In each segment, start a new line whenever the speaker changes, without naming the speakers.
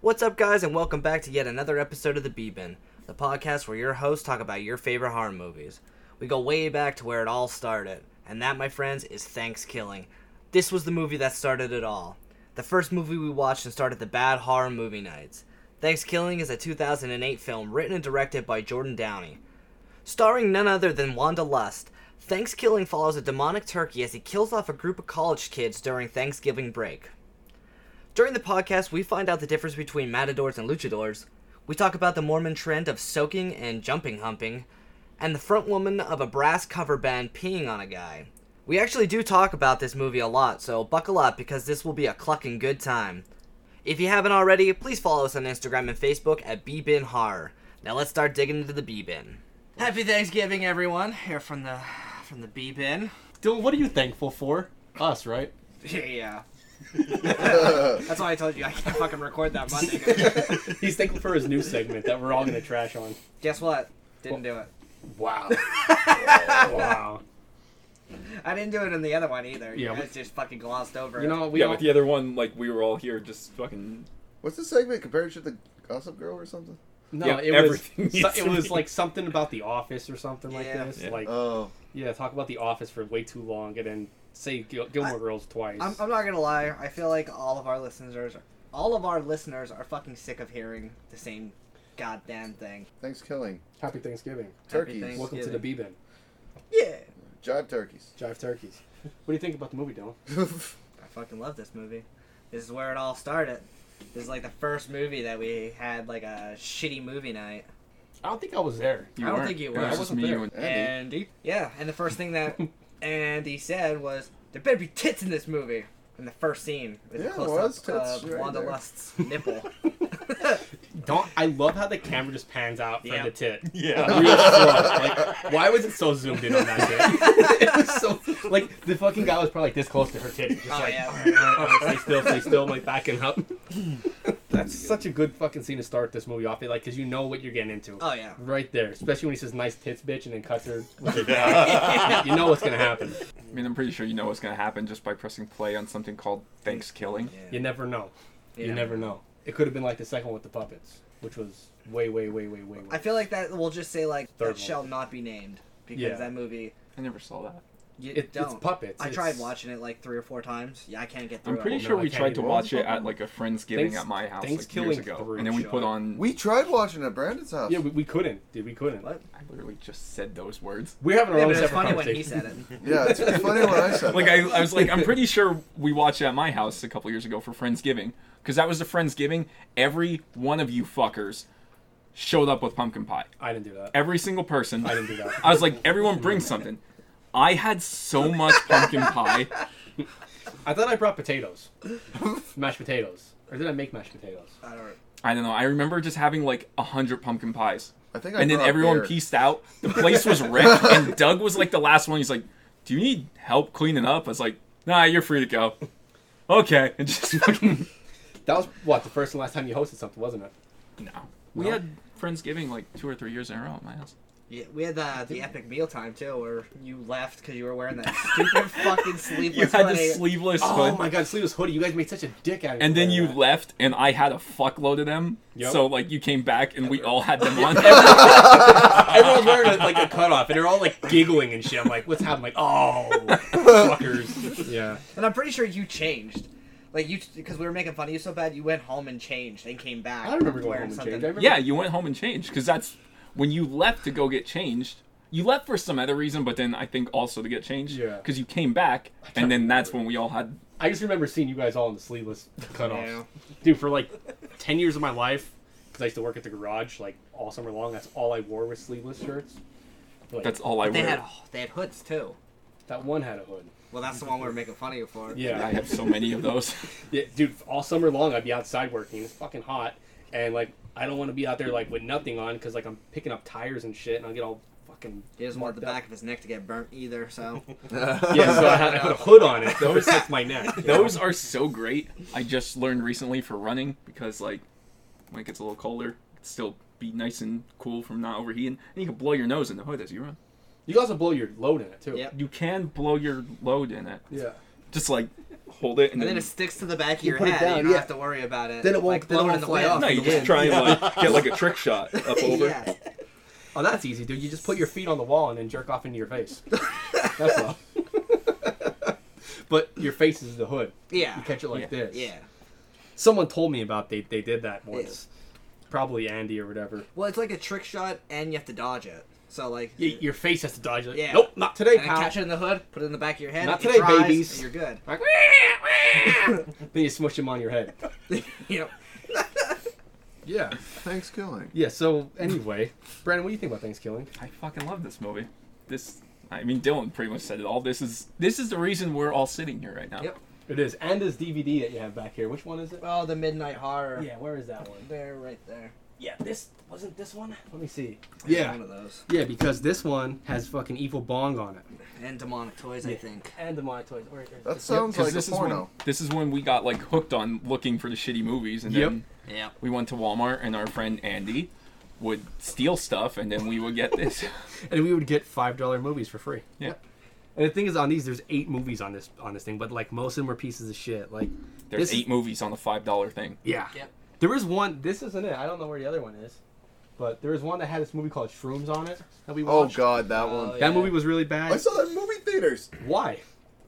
What's up, guys, and welcome back to yet another episode of the B Bin, the podcast where your hosts talk about your favorite horror movies. We go way back to where it all started, and that, my friends, is Thanksgiving. This was the movie that started it all. The first movie we watched and started the bad horror movie nights. Thanksgiving is a 2008 film written and directed by Jordan Downey. Starring none other than Wanda Lust, Thanksgiving follows a demonic turkey as he kills off a group of college kids during Thanksgiving break. During the podcast, we find out the difference between matadors and luchadors. We talk about the Mormon trend of soaking and jumping humping, and the front woman of a brass cover band peeing on a guy. We actually do talk about this movie a lot, so buckle up because this will be a clucking good time. If you haven't already, please follow us on Instagram and Facebook at bbin horror. Now let's start digging into the B bin. Happy Thanksgiving, everyone! Here from the from the B bin.
Dylan, what are you thankful for? Us, right?
Yeah, that's why I told you I can't fucking record that Monday.
He's thankful for his new segment that we're all going to trash on.
Guess what? Didn't do it.
Wow. wow.
I didn't do it in the other one either. You
Yeah,
guys just fucking glossed over
You
it.
know, we
yeah,
all,
with the other one, like we were all here just fucking.
What's this segment compared to the Gossip Girl or something?
no,
yeah,
it
everything
was so,
needs
it
to
was
be-
like something about the office or something like
Yeah.
this.
Yeah.
Like,
Oh,
yeah, talk about the office for way too long and then say Gil- Gilmore
I-
Girls twice.
I'm, I'm not gonna lie. I feel like all of our listeners are all of our listeners are fucking sick of hearing the same goddamn thing.
thanks killing
Happy Thanksgiving.
Happy
turkeys.
Welcome to the
Thanksgiving.
B-Bin.
Yeah,
Jive turkeys.
Jive Turkeys. What do you think about the movie, Dylan?
I fucking love this movie. This is where it all started. This is like the first movie that we had like a shitty movie night.
I don't think I was there.
I don't think you
It
were.
was
I
just
wasn't
me,
there.
you and-
Andy.
Yeah, and the first thing that Andy said was, "There better be tits in this movie." In the first scene, with
Yeah,
a
there
close
was
up
tits
of
right
Wanda
there.
Lust's nipple.
Don't. I love how the camera just pans out for
Yeah.
the tit.
Yeah.
real slow. Like, why was it so zoomed in on that tit? it was so like the fucking guy was probably like this close to her titty, just
Oh,
like
yeah.
"Alright, alright, stay still, stay still, I'm, like backing up. That's such a good fucking scene to start this movie off, like because you know what you're getting into.
oh yeah.
Right there, especially when he says "nice tits, bitch" and then cuts her. With her
Yeah.
you know what's gonna happen.
I mean, I'm pretty sure you know what's gonna happen just by pressing play on something called Thanksgiving.
You never know.
Yeah.
You never know. It could have been like the second one with the puppets, which was way, way, way, way, way. way.
I feel like that we'll just say like
Third
that
one.
shall not be named because
Yeah.
that movie
I never saw that.
you
It-
don't.
it's puppets.
I
it's-
tried watching it like three or four times. Yeah, I can't get through.
I'm pretty
it.
sure
I
we
can't
tried to
even-
watch it at like a friend's giving
Thanks-
at my house like years
Thanksgiving
ago,
through
and then we
show.
put on.
We tried watching at Brandon's house.
Yeah, we, we couldn't, dude. We couldn't.
What?
I literally just said those words.
We're having our
Yeah,
own
but it's
separate
funny when
conversation.
he said it.
Yeah, it's funny when I said.
Like
that.
I, I was like, I'm pretty sure we watched it at my house a couple years ago for Friendsgiving, because that was the Friendsgiving. Every one of you fuckers showed up with pumpkin pie.
I didn't do that.
Every single person.
I didn't do that.
I was like, everyone brings something. I had so much pumpkin pie.
I thought I brought potatoes, mashed potatoes, or did I make mashed potatoes?
I don't.
I don't know. I remember just having like a hundred pumpkin pies,
I think I
and then
brought
everyone
beer.
pieced out. The place was wrecked, and Doug was like the last one. He's like, "Do you need help cleaning up?" I was like, "Nah, you're free to go." Okay, and just fucking
That was what the first and last time you hosted something, wasn't it?
no. We
No?
had friendsgiving like two or three years in a row at my house.
Yeah, we had the the epic meal time too, where you left because you were wearing that stupid fucking
You
sleeveless
had the
hoodie.
sleeveless
Oh
hood,
my god, sleeveless hoodie! You guys made such a dick out of me.
and then
for
you
that.
left, and I had a fuckload of them.
Yep.
So like you came back, and we all had them on.
Everyone's wearing a, like a cutoff, and they're all like giggling and shit. I'm like, what's happening? Like, oh, fuckers. Yeah.
and I'm pretty sure you changed. Like you, because we were making fun of you so bad, you went home and changed and came back.
I remember going
wearing
home and
something.
changed. I remember-
Yeah, you went home and changed because that's when you left to go get changed. You left for some other reason, but then I think also to get changed.
Yeah.
Because you came back, and then that's when we all had.
I just remember seeing you guys all in the sleeveless cutoffs.
Yeah.
Dude, for like 10 years of my life, because I used to work at the garage like all summer long, that's all I wore was sleeveless shirts. Like,
That's all I
But they
wear.
had they had hoods too.
That one had a hood.
Well, that's the one we were making fun of you for.
Yeah.
I have so many of those.
Yeah, dude, all summer long I'd be outside working. It's fucking hot, and like I don't want to be out there like with nothing on because like I'm picking up tires and shit, and I get all fucking.
He doesn't want the
marked
back of his neck to get burnt either, so.
up. Yeah, so I had to put a hood on it. Those protect my neck. you know?
those are so great. I just learned recently for running because like when it gets a little colder, it's still be nice and cool from not overheating, and you can blow your nose in the hood as you run.
You can also blow your load in it too.
Yep.
You can blow your load in it.
Yeah.
Just like hold it, and,
And
then,
then it sticks to the back of your
put it
head.
down,
you don't
yeah.
have to worry about it.
Then it won't
like, they don't
blow
in
and
the
fly
wind.
off.
no, you just try and like get like a trick shot up over.
Yeah.
Oh, that's easy, dude. You just put your feet on the wall and then jerk off into your face. That's all. but your face is the hood.
Yeah.
You catch it like
Yeah.
this.
Yeah.
Someone told me about they they did that once. Probably Andy or whatever.
Well, it's like a trick shot, and you have to dodge it. So like,
Y- your face has to dodge it.
Yeah.
Nope, not today,
and then
pal.
catch it in the hood, put it in the back of your head.
Not
it
today,
dries,
babies.
and You're good.
Like, then you smush him on your head.
Yep.
Yeah.
Thanks, killing.
Yeah. So anyway, Brandon, what do you think about Thanksgiving?
I fucking love this movie. This, I mean, Dylan pretty much said it all. This is this is the reason we're all sitting here right now.
Yep.
It is, and this DVD that you have back here. Which one is it?
Oh, the midnight horror.
Yeah. Where is that one?
There, right there.
Yeah. This wasn't this one. Let me see.
One of those.
Yeah, because this one has fucking evil bong on it.
And demonic toys, I
Yeah.
think.
And the toys. Or,
That sounds like a
this is when
porno.
this is when we got like hooked on looking for the shitty movies, and
Yep.
then
Yep.
we went to Walmart, and our friend Andy would steal stuff, and then we would get this.
and we would get five dollar movies for free.
yeah,
And the thing is, on these, there's eight movies on this on this thing, but like most of them were pieces of shit. Like
there's
This is-
eight movies on the five dollar thing.
yeah,
Yep.
there is one. This isn't it. I don't know where the other one is, but there is one that had this movie called Shrooms on it that we
Oh
watched.
god, that
Oh,
one.
yeah.
That movie was really bad.
I saw that in movie theaters.
Why?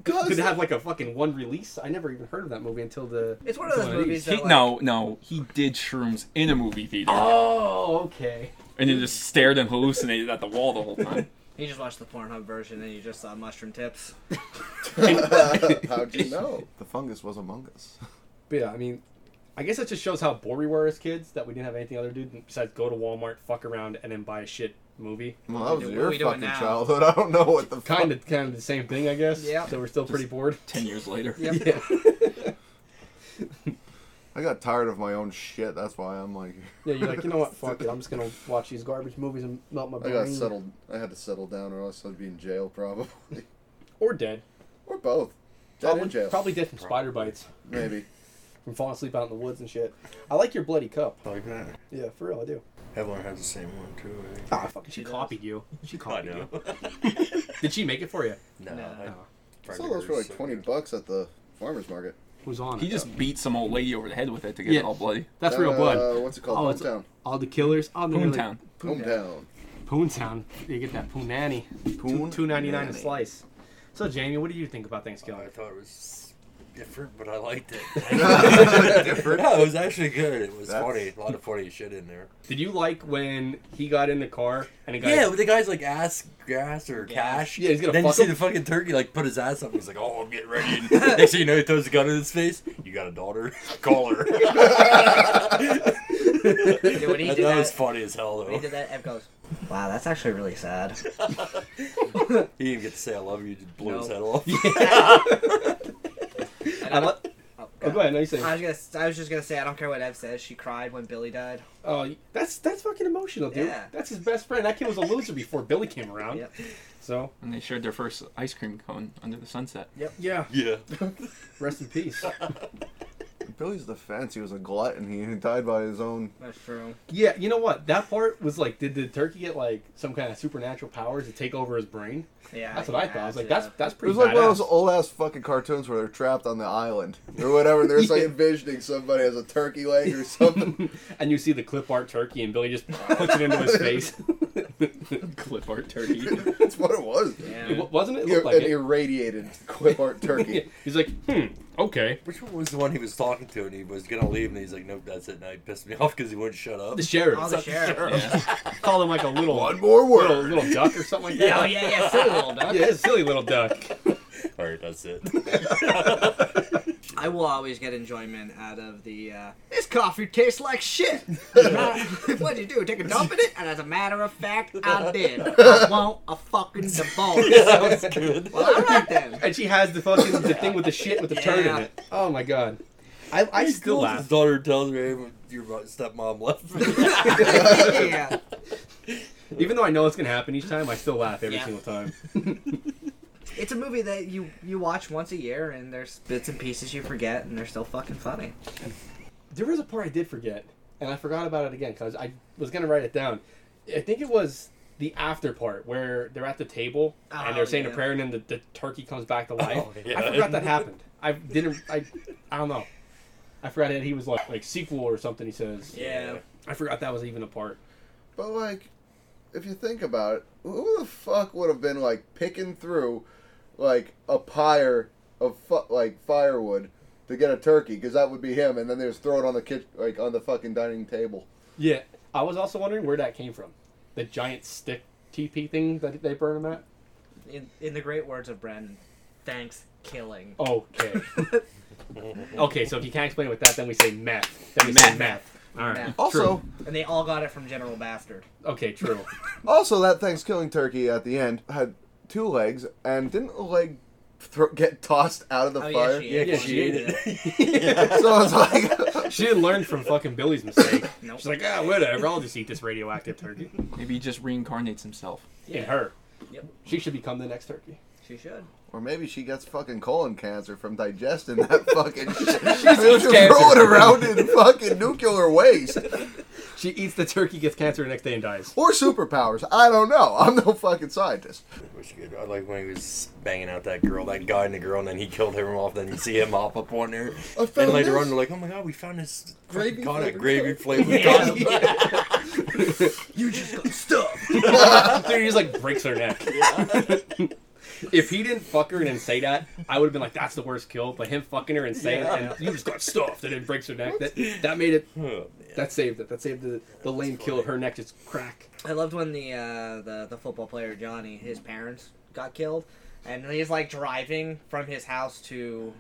Cause
Did it have like a fucking one release? I never even heard of that movie until the.
It's one of those
until it
movies
released.
that
He,
like,
no, no, he did shrooms in a movie theater,
Oh, okay.
and then just stared and hallucinated at the wall the whole time.
You just watched the Pornhub version and you just saw mushroom tips.
How'd you know? The fungus was among us.
But yeah, I mean, I guess that just shows how bored we were as kids that we didn't have anything other to do besides go to Walmart, fuck around, and then buy a shit movie.
Well, that
do-
was
what
your
we doing
fucking
now?
childhood. I don't know what the
Kind
fuck.
of, kind of the same thing, I guess.
Yeah.
So we're still pretty bored.
Ten years later.
Yep.
Yeah.
I got tired of my own shit. That's why I'm like,
yeah. You're like, you know what? Fuck it. I'm just gonna watch these garbage movies and melt my
I
brain.
got settled. I had to settle down, or else I'd be in jail probably,
Or dead.
or both. Dead
Probably,
in jail,
probably dead from spider bites,
maybe.
from falling asleep out in the woods and shit. I like your bloody cup.
Like that.
Yeah, for real, I do.
Evelyn had the same one too. I think.
Ah, fucking. She, copied you. She copied you. Did she make it for you?
No.
No.
I
No.
I
probably
saw those for
heard
like
so-
twenty bucks at the farmer's market.
Who's on?
He
it?
just beat some old lady over the head with it to get
Yeah.
it all bloody.
That's
Uh,
real blood.
What's it called?
Oh, it's-
hometown.
All the killers. All the
Boomtown.
Hometown.
Poontown. You get that Poonanny.
Poon
Two ninety nine a
nanny.
slice. So Jamie, what do you think about Thanksgiving?
I thought it was different, but I liked it. different. No, it was actually good. It was
That's-
funny. A lot of funny shit in there.
Did you like when he got in the car and it got
yeah, but the guy's like ass, gas, or cash.
Yeah, he's gonna
Then you
fuck
see
him.
the fucking turkey like put his ass up. and He's like, "Oh, I'm getting ready." And next thing you know, he throws a gun in his face. You got a daughter? Call her.
when he
that,
did
that was
that-
funny as hell,
When he
though.
did that, Ev goes, "Wow, that's actually really sad."
He didn't get to say "I love you." he Just blew his
No.
head off.
I lo-
Oh,
oh, go ahead. No, you say.
I was gonna. I was just gonna say. I don't care what Ev says. She cried when Billy died.
Oh, that's that's fucking emotional, dude.
Yeah.
That's his best friend. That kid was a loser before Billy came around.
Yep.
So
And they shared their first ice cream cone under the sunset.
yeah,
yeah.
rest in peace.
Billy's the fancy was a glutton. He died by his own.
That's true.
yeah, you know what? That part was like, did the turkey get like some kind of supernatural powers to take over his brain?
Yeah.
That's
he
what I thought. I was
has,
like,
yeah.
that's that's
It
pretty.
was like one of
badass.
those old ass fucking cartoons where they're trapped on the island or whatever. They're just like
Yeah.
envisioning somebody as a turkey leg or something.
and you see the clip art turkey, and Billy just puts it into his face.
Clip art turkey.
That's what it was.
Yeah.
It wa- wasn't it? it
Ir-
looked like
an
it.
irradiated clip art
Yeah.
turkey.
He's like, hmm, okay.
Which one was the one he was talking to and he was gonna leave and he's like, nope, that's it. Now he pissed me off because he wouldn't shut up.
The sheriff.
Oh, the sheriff.
Yeah.
Call him like a little
One more
little,
word.
little duck or something like that.
Yeah, oh, yeah, yeah, silly little duck.
Yeah, it's a silly little duck.
All right, that's it.
I will always get enjoyment out of the. Uh, this coffee tastes like shit. What'd you do? Take a dump in it? And as a matter of fact, I did. I want a fucking divorce.
Oh, that was good.
Well, all right then.
And she has the fucking the thing with the shit with the turd in
Yeah.
it. Oh my god. I, I
His
still laugh.
daughter tells her, hey, your stepmom left me.
yeah.
Even though I know it's gonna happen each time, I still laugh every
Yeah.
single time.
It's a movie that you you watch once a year, and there's bits and pieces you forget, and they're still fucking funny.
There was a part I did forget, and I forgot about it again because I was gonna write it down. I think it was the after part where they're at the table and
Oh,
they're saying
yeah. Oh,
a prayer, and then the, the turkey comes back to life.
yeah.
I forgot that happened. I didn't. I I don't know. I forgot that he was like like sequel or something. He says.
Yeah.
I forgot that was even a part.
But like, if you think about it, who the fuck would have been like picking through, like a pyre of fu- like firewood to get a turkey? Because that would be him, and then they just throw it on the kitchen, like on the fucking dining table.
Yeah. I was also wondering where that came from. The giant stick TP thing that they burn him at.
In, in the great words of Bren, thanks killing.
Okay. okay. So if you can't explain it with that, then we say meth. Then we say
Meth.
meth. All right.
Meth.
Also,
And they all got it from General Bastard.
Okay. True.
also that Thanksgiving turkey at the end had two legs, and didn't a leg thro- get tossed out of the
Oh, yeah,
fire?
she
Yeah,
ate
because
one.
she ate
yeah.
it.
so I was like,
She didn't learn from fucking Billy's mistake.
Nope.
She's like, ah, whatever. I'll just eat this radioactive turkey.
Maybe he just reincarnates himself.
And her.
Yep.
She should become the next turkey.
She should.
or maybe she gets fucking colon cancer from digesting that fucking shit. She's
eats cancer.
throw it around in fucking nuclear waste.
She eats the turkey, gets cancer the next day, and dies.
or superpowers. I don't know. I'm no fucking scientist.
Which good. I like when he was banging out that girl, that guy and the girl, and then he killed him off. Then you see him hop up on there.
I
And
found
later
this.
on, they're like, "Oh my god, we found this
Gravy
gravy, God,
flavored
gravy flavored
Yeah.
condom."
You just got stuffed.
Dude, he just like breaks her neck. if he didn't fuck her and then say that, I would have been like, that's the worst kill. But him fucking her and saying,
Yeah.
and you just got stuffed and it breaks her neck, that, that made it,
Oh, man.
that saved it. That saved the, the lame kill of her neck just crack.
I loved when the uh, the the football player Johnny, his parents got killed, and he's like driving from his house to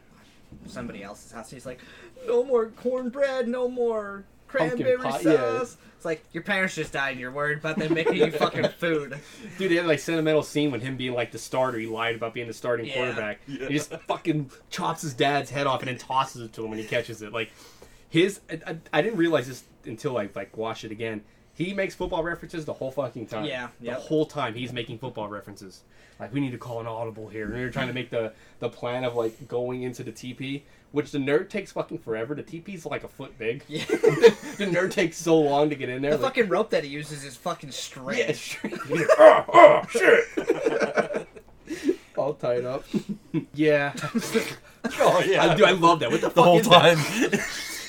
somebody else's house. He's like, "No more cornbread, no more
Pumpkin
cranberry
pie,
sauce."
yeah.
It's like your parents just died, and you're worried about them making you fucking food.
Dude, they had like sentimental scene with him being like the starter. He lied about being the starting
Yeah.
quarterback.
Yeah.
He just fucking chops his dad's head off and then tosses it to him when he catches it. Like his, I, I, I didn't realize this until I like watched it again. He makes football references the whole fucking time.
Yeah,
the
yep.
whole time he's making football references. Like we need to call an audible here. And they're trying to make the the plan of like going into the TP, which the nerd takes fucking forever. The TP's like a foot big.
Yeah.
the nerd takes so long to get in there.
The
like,
fucking rope that he uses is fucking straight.
yeah, sure. oh, oh, shit. All tied up. Yeah.
oh yeah,
I, dude, I love that. What the,
the
fuck
whole
is that?
time.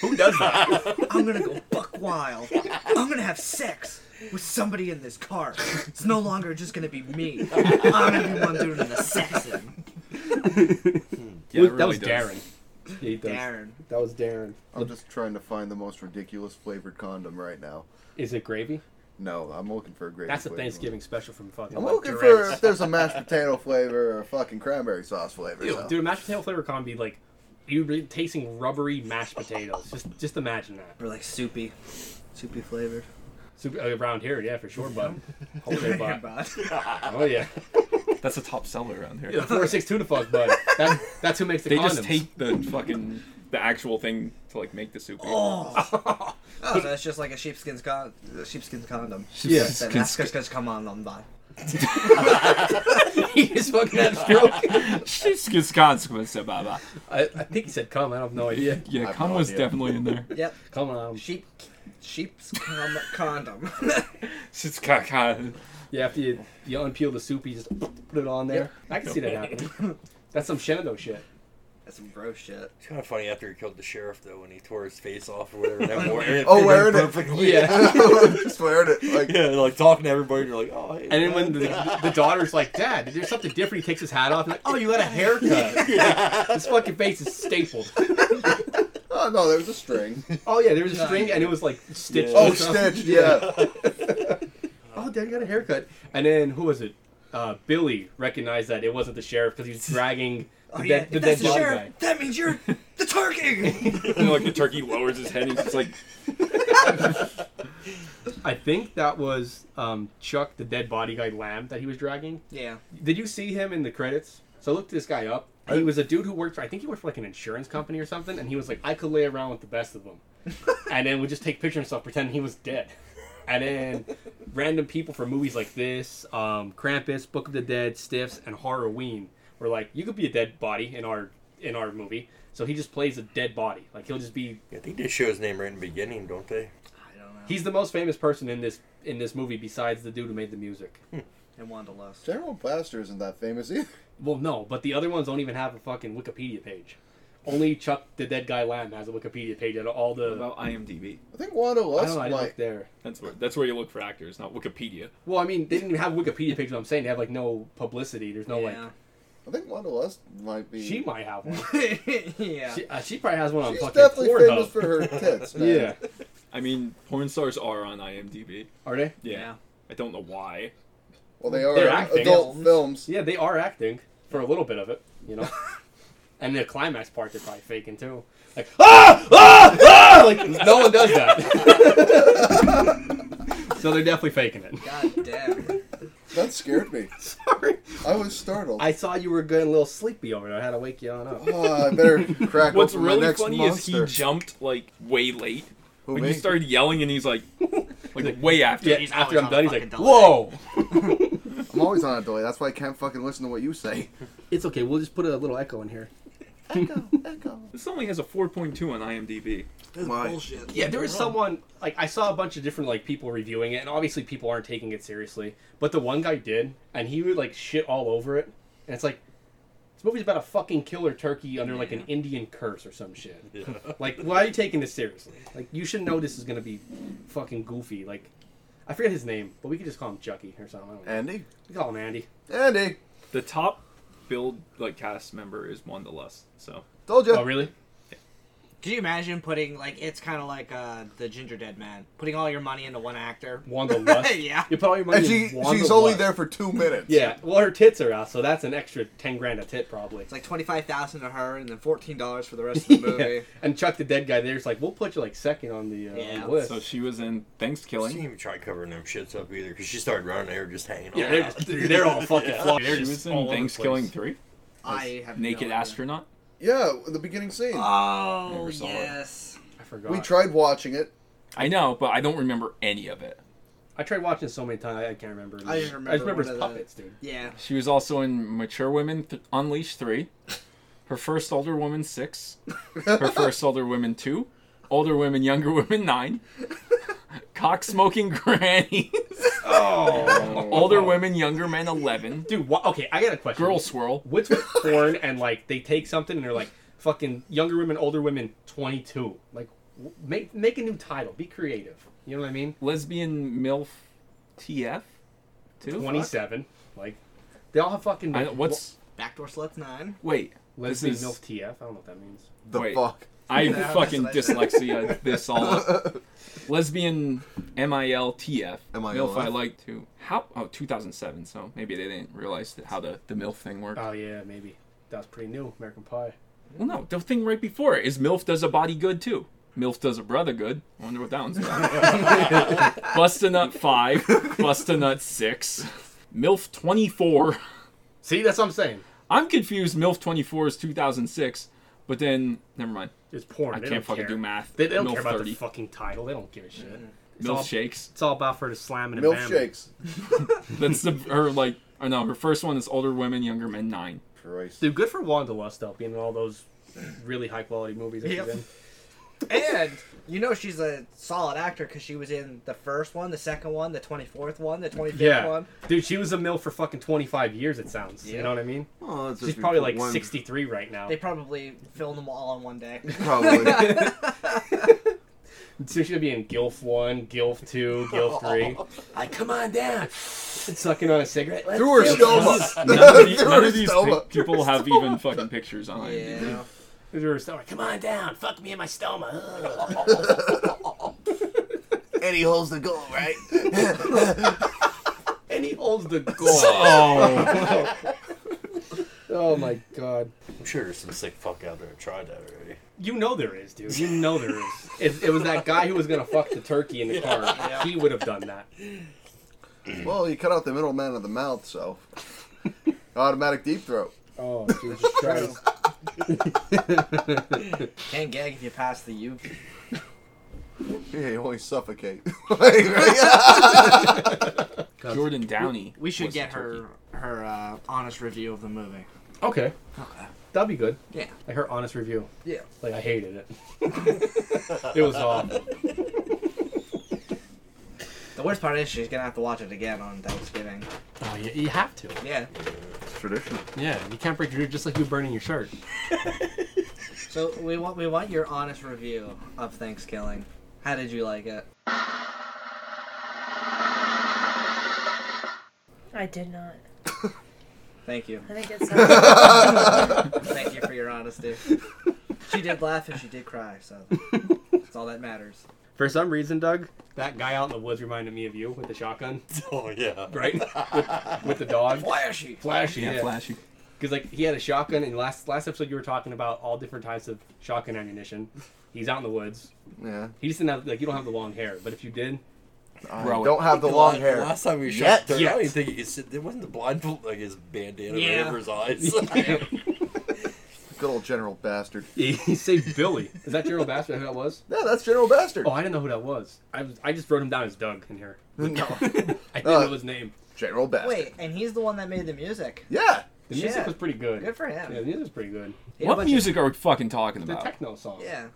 Who does that?
I'm gonna go buck wild. I'm gonna have sex with somebody in this car. It's no longer just gonna be me. I'm gonna be one doing the sexing.
Yeah,
that
it really
was
does.
Darren. Yeah, he does.
Darren.
That was Darren.
I'm just trying to find the most ridiculous flavored condom right now.
Is it gravy?
No, I'm looking for a great.
That's a
flavored
Thanksgiving special from fucking.
one. I'm
like,
looking for
Durant's.
if there's a mashed potato flavor or a fucking cranberry sauce flavor.
Dude,
so.
dude, a mashed potato flavor con be like you be tasting rubbery mashed potatoes. Just, just imagine that.
Or like soupy. Soupy flavored.
Super, uh, around here, yeah, for sure, bud. Whole day, bud. Oh yeah,
That's a top seller around here.
yeah, four six two to fuck, bud. That, that's who makes the
They
condoms.
just take the fucking the actual thing to like make the soup.
oh. oh, so it's just like a sheepskin's con- uh, sheepskin's condom.
Yeah.
Then that's just gonna come on on by.
he just fucking had a stroke.
She's consequence, blah blah.
I, I think he said come. I have no idea.
I
Yeah,
have
cum
no
was
idea.
definitely in there.
Yep.
Come on.
Sheep sheep's com- condom.
She's ca- ca-
Yeah, after you, you unpeel the soup, you just put it on there. I can see that happening. That's some Shenandoah shit.
that's some gross shit.
It's kind of funny after he killed the sheriff though, when he tore his face off or whatever. That wore it
Oh,
fit
wearing
him
it.
perfectly.
just wearing it like
yeah, like talking to everybody, you're like, oh. Hey,
And then when the, the daughter's like, Dad, there's something different, he takes his hat off and like, oh, you had a haircut. His fucking face is stapled.
oh no, there's a string.
Oh yeah, there was a string and it was like stitched.
Oh,
or something.
stitched. Yeah.
Oh, Dad got a haircut. And then who was it? Uh, Billy recognized that it wasn't the sheriff because he was dragging the
Oh, yeah.
dead, the
if
dead
that's the
body
sheriff,
guy.
that means you're the turkey!
and then, like the turkey lowers his head. and He's just like,
I think that was um, Chuck, the dead body guy, Lamb, that he was dragging.
yeah.
Did you see him in the credits? So I looked this guy up. He was a dude who worked for, I think he worked for like an insurance company or something, and he was like, I could lay around with the best of them. and then would just take pictures of himself pretending he was dead. And then random people from movies like this, um, Krampus, Book of the Dead, Stiffs, and Horrorween were like, you could be a dead body in our in our movie. So he just plays a dead body. Like he'll just be
I think they show his name right in the beginning, don't they?
I don't know.
he's the most famous person in this in this movie besides the dude who made the music.
And Wanda Lust.
General Blaster isn't that famous either.
Well, no, but the other ones don't even have a fucking Wikipedia page. only Chuck the Dead Guy Lamb has a Wikipedia page out of all
What
the.
about IMDb?
I think Wanda
I don't
Lust
know. I didn't look
might.
there.
That's where that's where you look for actors, not Wikipedia.
Well, I mean, they didn't even have a Wikipedia page. What I'm saying, they have like no publicity. There's no
yeah.
I think Wanda Lust might be.
like. She might have one.
yeah.
She, uh, she probably has one on
She's
fucking
definitely
Pornhub.
famous for her tits. Man.
yeah,
I mean, porn stars are on IMDb.
are they?
Yeah. I don't know why.
Well, they are
They're acting.
adult films.
Yeah, they are acting for a little bit of it, you know. and the climax part, they're probably faking too. Like ah ah ah! Like no one does that. so they're definitely faking it.
God damn.
That scared me.
Sorry,
I was startled.
I saw you were getting a little sleepy over there. I had to wake you on up.
Oh, I better crack
What's
open my
really
next
funny
monster.
is he jumped like way late.
Who,
when
me?
you started yelling and he's like like way after.
Yeah,
you.
He's
after
always
I'm
on
done,
a
he's like,
fucking
"Whoa,
I'm always on a delay. That's why I can't fucking listen to what you say.
it's okay. We'll just put a little echo in here."
Echo, echo.
This only has a 4.2 on IMDb.
This is
Why?
bullshit.
Yeah, there was someone like I saw a bunch of different like people reviewing it, and obviously people aren't taking it seriously. But the one guy did, and he would like shit all over it, and it's like this movie's about a fucking killer turkey under like an Indian curse or some shit. Like, why are you taking this seriously? Like, you should know this is gonna be fucking goofy. Like, I forget his name, but we could just call him Chucky or something. I don't know.
Andy?
We call him Andy.
Andy!
The top build like cast member is Wanda Lust. So
Told you.
Oh, really?
Can you imagine putting like it's kind of like uh the Ginger Dead Man putting all your money into one actor?
Wanda Lust.
Yeah.
You put all your money.
And
in
she,
Wanda
she's only
Lust.
there for two minutes.
Yeah. Well, her tits are out, so that's an extra ten grand a tit probably.
It's like twenty five thousand to her, and then fourteen dollars for the rest of the movie.
Yeah. And Chuck the Dead Guy there's like, we'll put you like second on the, uh,
Yeah.
on the list.
so she was in Thanks
She
Killing.
didn't even try covering them shits up either because she started running. They were just hanging.
yeah,
on.
they're, dude, they're all fucking
Yeah.
flush.
She was in Thanks Killing 3.
I have
Naked
no idea.
Astronaut.
Yeah, the beginning scene.
Ah,
Oh
Never saw her.
yes.
I forgot.
we tried watching it.
I know, but I don't remember any of it.
I tried watching it so many times, I can't remember.
I just remember
I just remember
one
his
of the-
puppets, dude.
Yeah.
She was also in Mature Women th- Unleashed 3, her first Older Woman 6, her first Older Women 2, Older Women Younger Women 9, Cock Smoking Grannies,
Oh,
Older Women Younger Men 11,
dude. Wh- okay, I got a question.
Girl Swirl.
what's with porn and like they take something and they're like fucking younger women, older women, twenty two. Like, w- make make a new title. Be creative. You know what I mean?
Lesbian MILF TF? Two?
Twenty seven. Like, they all have fucking.
I, what's.
Backdoor sluts nine.
Wait. This
lesbian
is,
milf TF? I don't know what that means.
The
Wait.
fuck?
I
Yeah, that's
fucking
what I said.
dyslexia this all up. Lesbian MILTF. MILF I
MILF.
like to. How? Oh, 2007, so maybe they didn't realize that how the, the MILF thing worked.
Oh yeah, maybe. That was pretty new. American Pie.
Well, no, the thing right before it is MILF does a body good too. MILF does a brother good. I wonder what that one's about. Bust a nut five, bust a nut six, MILF twenty four.
See, that's what I'm saying.
I'm confused. MILF twenty four is two thousand six, but then never mind.
It's porn.
I
They
can't
don't
fucking
care.
do math.
They, they don't
MILF
care about
thirty,
the fucking title. They don't give a shit. It's, all,
MILF shakes.
it's all about for the slamming and
Milf
bamming.
shakes.
That's the her like. Or no, her first one is older women, younger men nine.
Christ.
Dude, good for Wanda Lust though, being in all those really high quality movies. That
Yep.
she's in.
And you know she's a solid actor because she was in the first one, the second one, the twenty fourth one, the twenty fifth
Yeah,
one.
dude, she was a mill for fucking 25 years. It sounds. You
Yeah.
know what I mean?
Oh, that's
She's
if you
probably
put
like
one-
63 right now.
They probably filmed them all in one day.
Probably.
So she's gonna be in Gilf one, Gilf two, Gilf three,
Like, come on down.
sucking on a cigarette. Let's
Through her
do it.
stoma.
None of, the-
There
none
is
of these
so
pe-
much.
people have even fucking pictures on IMDb.
Yeah.
Through her stomach. Come on down. Fuck me in my stoma. Ugh.
Eddie holds the goal, right?
and he holds the goal.
Oh,
oh my god.
I'm sure there's some sick fuck out there that tried that already.
You know there is, dude. You know there is. If it was that guy who was gonna fuck the turkey in the car, he would have done that.
well, you cut out the middle man of the mouth, so. Automatic deep throat.
Oh Jesus Christ.
Can't gag if you pass the U.
Yeah, you only suffocate.
Jordan Downey.
We should
was
get
the turkey.
her her uh, honest review of the movie.
Okay.
Okay.
That'd be good.
Yeah.
Like her honest review.
Yeah.
Like I hated it. it was awful.
The worst part is she's gonna have to watch it again on Thanksgiving.
Oh, you, you have to.
Yeah.
Tradition.
Yeah, you can't break your just like you burning your shirt.
So we want we want your honest review of Thanksgiving. How did you like it?
I did not.
Thank you.
I think it's uh,
Thank you for your honesty. She did laugh and she did cry, so that's all that matters.
For some reason, Doug, that guy out in the woods reminded me of you with the shotgun,
Oh yeah.
right? with, with the dog.
Flashy.
Flashy,
Yeah, flashy.
Because like he had a shotgun, and last last episode you were talking about all different types of shotgun ammunition. He's out in the woods.
Yeah.
He just didn't have like you don't have the long hair, but if you did,
I
Grow it.
don't have the long
last,
hair.
Last time we
Yet.
shot, there, I
Yet.
don't even think he could sit. There wasn't the blindfold like his bandana
Yeah.
right over his eyes.
Good old General Bastard.
he saved Billy. Is that Gerald Bastard? Who that was?
No, that's General Bastard.
Oh, I didn't know who that was. I was, I just wrote him down as Doug in here.
No,
I didn't
Uh,
know his name.
General Bastard.
Wait, and he's the one that made the music.
Yeah.
The music
shit.
was pretty good.
Good for him.
Yeah, the music was pretty good.
He had a
What
bunch of-
music are we fucking talking
The
about?
techno song.
yeah.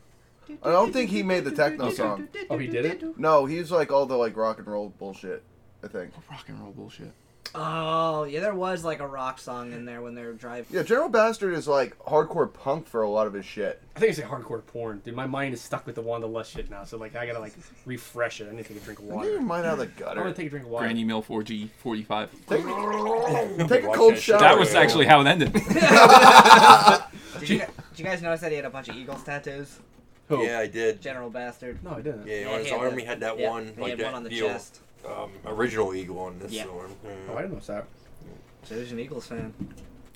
I don't think he made the techno song.
Oh, he did it.
No, he's like all the like rock and roll bullshit. I think.
Rock and roll bullshit.
Oh, yeah, there was like a rock song in there when they were driving.
Yeah, General Bastard is like hardcore punk for a lot of his shit.
I think it's like hardcore porn, dude. My mind is stuck with the Wanda Lust shit now, so like I gotta like refresh it. I need to take a drink of
Can you Get your
water.
mind out of the
I want
gutter.
to take a drink of water.
Granny Mill 4G 45.
Take, take a
Watch
cold
that shit.
shower.
That was actually how it ended.
Did you, gu- did you guys notice that he had a bunch of Eagles tattoos?
Who?
yeah, I did.
General bastard.
No, I didn't.
Yeah, on his
he had
arm
the-
he had that
yeah,
one,
He
like
had
that
one on the
deal,
chest.
um, original eagle on this
Yeah.
arm. Yeah.
Oh, I didn't know that.
So he's an Eagles fan.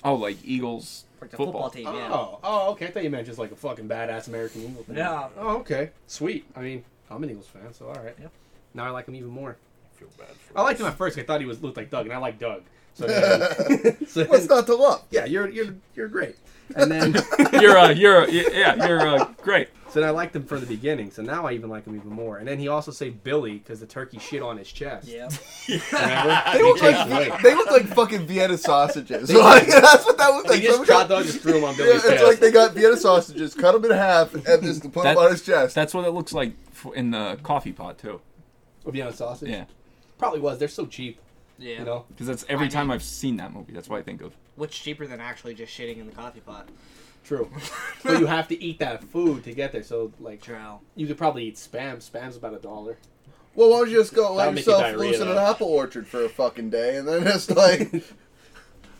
Oh, like Eagles
Like the football,
football.
team, yeah.
Oh, oh, okay. I thought you meant just like a fucking badass American Eagle thing.
No.
Oh, okay. Sweet. I mean, I'm an Eagles fan, so all right.
Yep.
Now I like him even more.
I feel bad for
I liked him at first. 'cause I thought he was looked like Doug, and I like Doug. So, then- so
What's not to love?
yeah, you're you're you're great. And then
You're uh, you're uh, y- yeah, you're uh, great.
so then I liked him from the beginning. So now I even like him even more. And then he also saved Billy because the turkey shit on his chest.
Yeah.
Remember?
They
He
look
chased him away.
like they look like fucking Vienna sausages. Like, that's what that looks
He
like.
just
Someone
dropped
got-
Doug just threw him on
Yeah,
Billy's
it's
chest.
like they got Vienna sausages, cut them in half, and just put
That-
them on his chest.
That's what it looks like f- in the coffee pot too.
Would be on sausage.
Yeah,
Probably was. They're so cheap.
Yeah.
You know.
because that's every time I've seen that movie. That's what I think of.
What's cheaper than actually just shitting in the coffee pot?
True. but you have to eat that food to get there. So like
True.
you could probably eat spam. Spam's about a dollar.
Well, why don't you just go let
That'll make you
yourself
diarrhea,
loose in an
though.
apple orchard for a fucking day, and then it's like,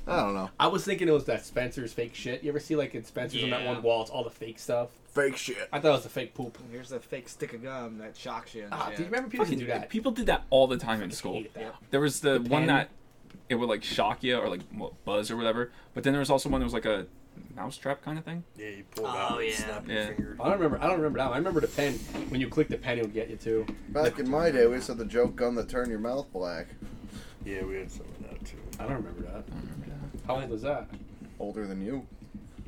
I don't know,
I was thinking it was that Spencer's fake shit. You ever see like in Spencer's on that
Yeah.
one wall, it's all the fake stuff.
fake shit.
I thought it was the fake poop.
Here's a fake stick of gum that shocks you. and
Ah,
shit.
do you remember people used to do that?
People did that all the time in school.
Hated that.
There was the, one
pen?
that it would like shock you or like what, buzz or whatever. But then there was also one that was like a mousetrap kind of thing.
Yeah, you pull it out
Oh,
and
yeah.
snap
Yeah.
your finger.
I don't remember. I don't remember that. One. I remember the pen. When you click the pen, it would get you too.
Back in my day, we used to have the joke gun that turned your mouth black.
Yeah, we had some of that too.
I don't remember that. How old was that?
Older than you.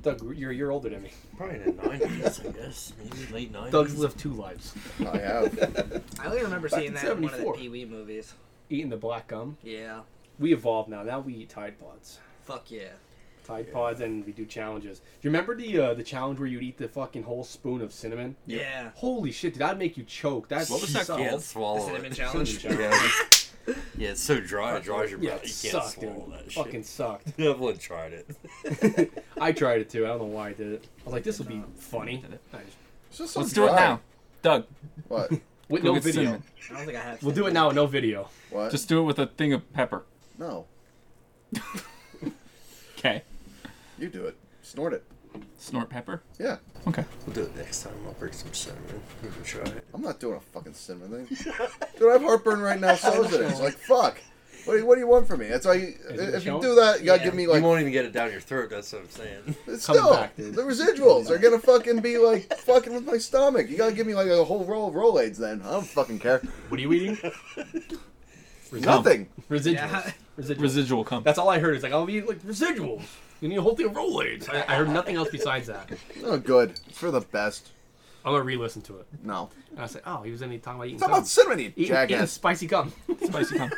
Doug, you're you're older than me.
Probably in the nineties, I guess. Maybe late nineties.
Doug's lived two lives.
I have.
I only remember
Back
seeing
in
that in one of the
74.
Pee Wee movies.
Eating the black gum.
Yeah.
We evolved now. Now we eat Tide Pods.
Fuck yeah.
Tide Pods, and we do challenges. Do you remember the uh, the challenge where you'd eat the fucking whole spoon of cinnamon?
Yeah.
Holy shit, did that make you choke? That
What was that
sucked.
Can't
The
swallow
cinnamon
it.
challenge.
Yeah, it's- yeah, it's so dry. It dries your
Yeah,
mouth.
it
You can't
sucked, dude.
swallow that shit.
Fucking sucked.
Evelyn tried it.
I tried it too. I don't know why I did it. I was like, this will be funny. I just-
It's just so
Let's do it
dry.
now, Doug.
What?
With
go
no
get
video.
cinnamon.
I don't think I have.
We'll do it now with no video.
What?
Just do it with a thing of pepper.
no.
Okay.
You do it. Snort it.
Snort pepper.
Yeah.
Okay.
We'll do it next time. I'll bring some cinnamon. You can try it.
I'm not doing a fucking cinnamon thing. Dude, I have heartburn right now. So is it. It's like fuck. What do, you, what do you want from me? That's why you,
it
if you
shown?
do that, you gotta
Yeah.
give me
you
like
won't even get it down your throat. That's what I'm saying.
It's
Coming
still,
back, dude.
the residuals are gonna fucking be like fucking with my stomach. You gotta give me like a whole roll of Rolaids then. I don't fucking care.
What are you eating?
Nothing.
Residuals.
Yeah.
Residuals.
Residual cum.
That's all I heard. It's like, I'll be like, residuals. You need a whole thing of Rolaids. I, I heard nothing else besides that.
Oh, good. It's for the best.
I'm going to re listen to it.
No.
And I said, oh, he was in talking about eating
It's
gum.
about cinnamon, you
Eating, eating
jackass.
spicy gum.
Spicy cum.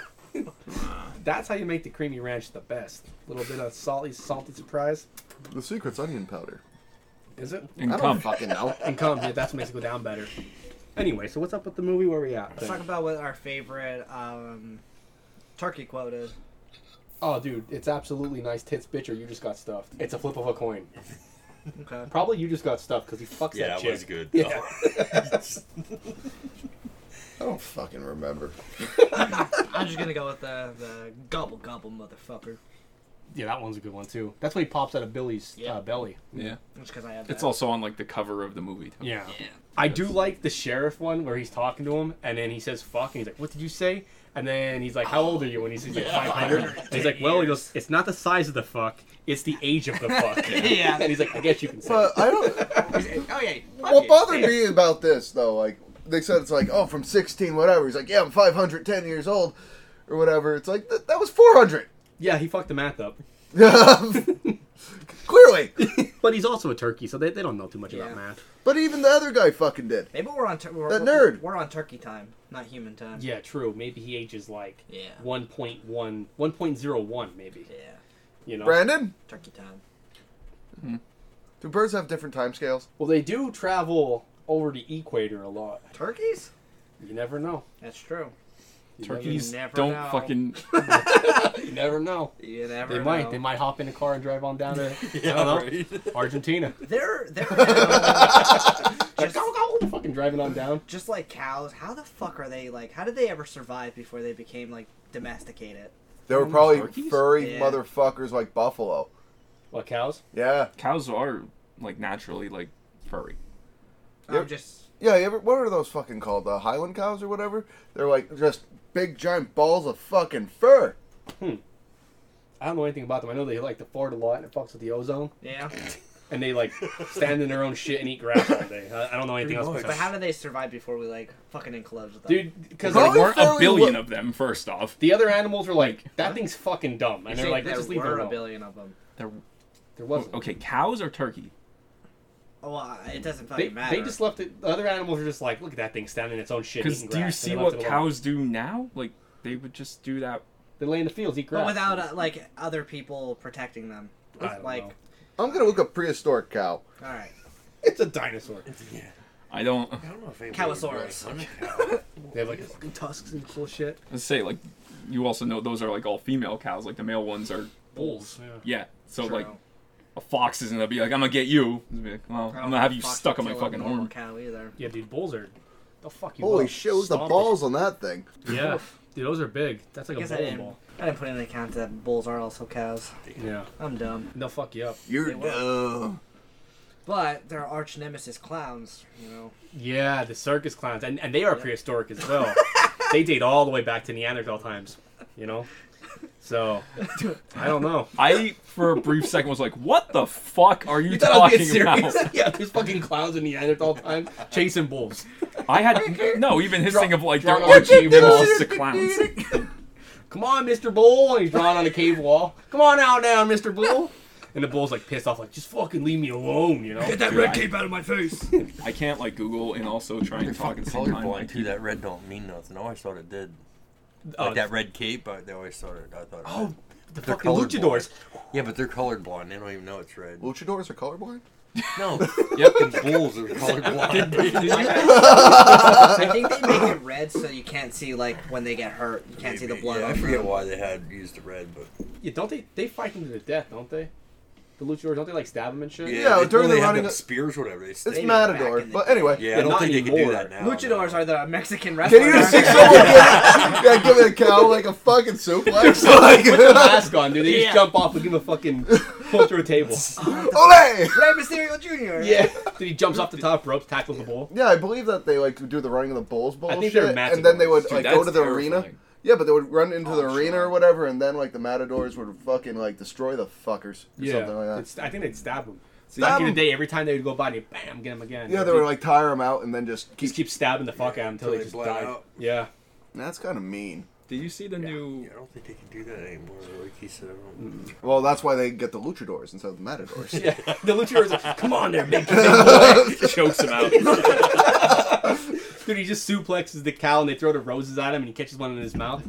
That's how you make the creamy ranch the best. A little bit of salty, salted surprise.
The secret's onion powder.
Is it?
And
I don't
cum.
fucking know.
And come, yeah, that's what makes it go down better. Anyway, so what's up with the movie? Where we at?
Let's talk about what our favorite um, turkey quote is.
Oh, dude, it's absolutely nice tits, bitch, or you just got stuffed. It's a flip of a coin.
Okay.
Probably you just got stuffed because he fucks
Yeah,
that
that
chick.
was good.
Yeah.
I don't fucking remember.
I'm just gonna go with the, the gobble gobble motherfucker.
Yeah, that one's a good one too. That's when he pops out of Billy's
Yeah.
uh, belly.
Yeah.
Just because I had that.
It's also on like the cover of the movie. too.
Yeah. I do like the sheriff one where he's talking to him and then he says fuck and he's like, What did you say? And then he's like, How old are you? And he's, he's like
Yeah.
five hundred. He's like, Well he goes, It's not the size of the fuck, it's the age of the fuck.
Yeah.
And he's like, I guess you can say
But
it."
I don't.
Oh yeah. fuck
What
you.
bothered me about this though, like they said, it's like oh from sixteen whatever. He's like yeah I'm five hundred ten years old, or whatever. It's like that, that was four hundred.
Yeah, he fucked the math up.
Clearly,
But he's also a turkey, so they, they don't know too much
Yeah.
about math.
but even the other guy fucking did.
Maybe we're on. Tur- we're,
That
we're-
nerd.
We're on turkey time, not human time.
Yeah, true. Maybe he ages like
Yeah.
1.1, 1.01 maybe.
Yeah.
You know?
Brandon,
Turkey time.
do birds have different time scales?
Well, they do travel over the equator a lot.
Turkeys?
You never know.
That's true.
You
Turkeys
never
don't
know.
fucking.
Never, you never know.
You never.
They might. They might hop in a car and drive on down to I don't know, Argentina.
They're they're animals.
Like,
just,
go, go, fucking driving on down.
just like cows. How the fuck are they like? How did they ever survive before they became like domesticated?
They were probably
Turkeys?
furry
Yeah.
motherfuckers like buffalo.
What cows?
Yeah,
Cows are like naturally like furry.
I'm
Yep.
just
yeah. You ever, what are those fucking called? The Highland cows or whatever? They're like just big giant balls of fucking fur.
I don't know anything about them. I know they like to fart a lot and it fucks with the ozone.
yeah.
And they like stand in their own shit and eat grass all day. I, I don't know anything else.
But
About
how did they survive before we like fucking enclosed them?
Dude, because
There
Probably
weren't a
furry
billion
wa-
of them. First off,
the other animals were like, that thing's fucking dumb, and
They
they're like,
there
just leave it
were a
alone.
billion of them.
there.
There wasn't.
Okay, cows or turkey.
Oh, well, it doesn't fucking
They,
matter.
they just left it. The other animals are just like, look at that thing standing in its own shit.
Because
eating
do you
grass," and
see
they left
what
it alone.
cows do now? Like they would just do that.
They lay in the fields, eat grass.
but without uh, like other people protecting them.
I don't
like,
know.
I'm gonna look up prehistoric cow.
all right,
it's a dinosaur.
Yeah.
I don't
I don't know if anybody
Cowosaurus.
would grow a
They have like fucking tusks and cool shit.
let's say like. You also know those are like all female cows. Like the male ones are
Bulls.
yeah. So
true.
like a fox isn't gonna be like I'm gonna get you. It's gonna be like, well,
I
I'm
don't
gonna have you
fuck
stuck on my
kill a
fucking
normal
horn.
Cow either.
Yeah, dude, bulls are. The fuck you
Holy
love.
shit! Was the
Stomp it.
balls on that thing?
Yeah, dude, those are big. That's like
I
a
guess I
bowling
didn't.
ball.
I didn't put into account that bulls are also cows.
Yeah,
I'm dumb.
and they'll fuck you up.
You're
They were.
dumb.
But they're arch nemesis clowns, you know.
Yeah, the circus clowns, and and they are prehistoric as well. they date all the way back to Neanderthal times. You know, so I don't know.
I for a brief second was like, what the fuck are you,
You thought I was
talking
being serious?
about?
yeah, there's fucking clowns in Neanderthal times chasing bulls.
I had no even his
Draw-
thing of like
draw
their
on a
orgy
cave wall.
balls to clowns.
Come on, Mr. Bull. And he's drawing on a cave wall. Come on out now, Mr. Bull. And the bull's like pissed off, like, just fucking leave me alone, you know?
Dude, I-
out of my face!
I can't like Google and also try and talk at the same time.
Colorblind
Like,
too. That red don't mean nothing. I always thought it did.
Oh,
Like that red cape, I, they always thought it. I thought. It
oh, the
They're
fucking
colored
luchadors.
red. yeah, but they're colorblind. They don't even know it's red.
Luchadors are colorblind.
No,
yep.
fucking bulls are colorblind.
I think they make it red so you can't see, like, when they get hurt. You can't see the
Maybe.
blood
Yeah, I
on
forget
them.
why they had used the red, but
Yeah, don't they? They fight them to the death, don't they? The luchadors, don't they like stab them and shit?
Yeah,
they-
during
no,
the
they had
running
them
of-
spears, or whatever. They
It's
Maybe
Matador,
back in the
but
day.
anyway.
yeah,
Yeah,
I don't
not
think they
anymore.
could do that now.
Luchadors
no.
are the Mexican wrestlers.
Can you just see someone get, yeah, give it a cow like a fucking suplex? Like,
Put the mask on, dude. They
Yeah.
just jump off and give him a fucking pull through a table.
Olay!
Rey Mysterio Jr.
yeah. Then he jumps off the top rope, tackles the bull.
Yeah, I believe that they like do the running of the bulls bullshit,
think they're
and then they would
Dude,
like
that's
go to the
terrifying.
arena. Yeah, but they would run into the
Oh,
arena
sure.
or whatever, and then like the Matadors would fucking like destroy the fuckers or something like that.
It's- I think they'd stab him.
Stab
Back in the
him.
day, every time they would go by, they bam, get him again.
yeah, they would like tire them out and then just keep.
just keep stabbing the fuck out of him until
Till
they
they
just
bled
die.
out.
Yeah.
That's kind of mean.
Did you see the new?
Yeah, I don't think they can do that anymore. Like he said, I don't-
Well, that's why they get the Luchadors instead of the Matadors.
Yeah. The luchador's like, come on there, big
Chokes him out.
Dude, he just suplexes the cow and they throw the roses at him and he catches one in his mouth.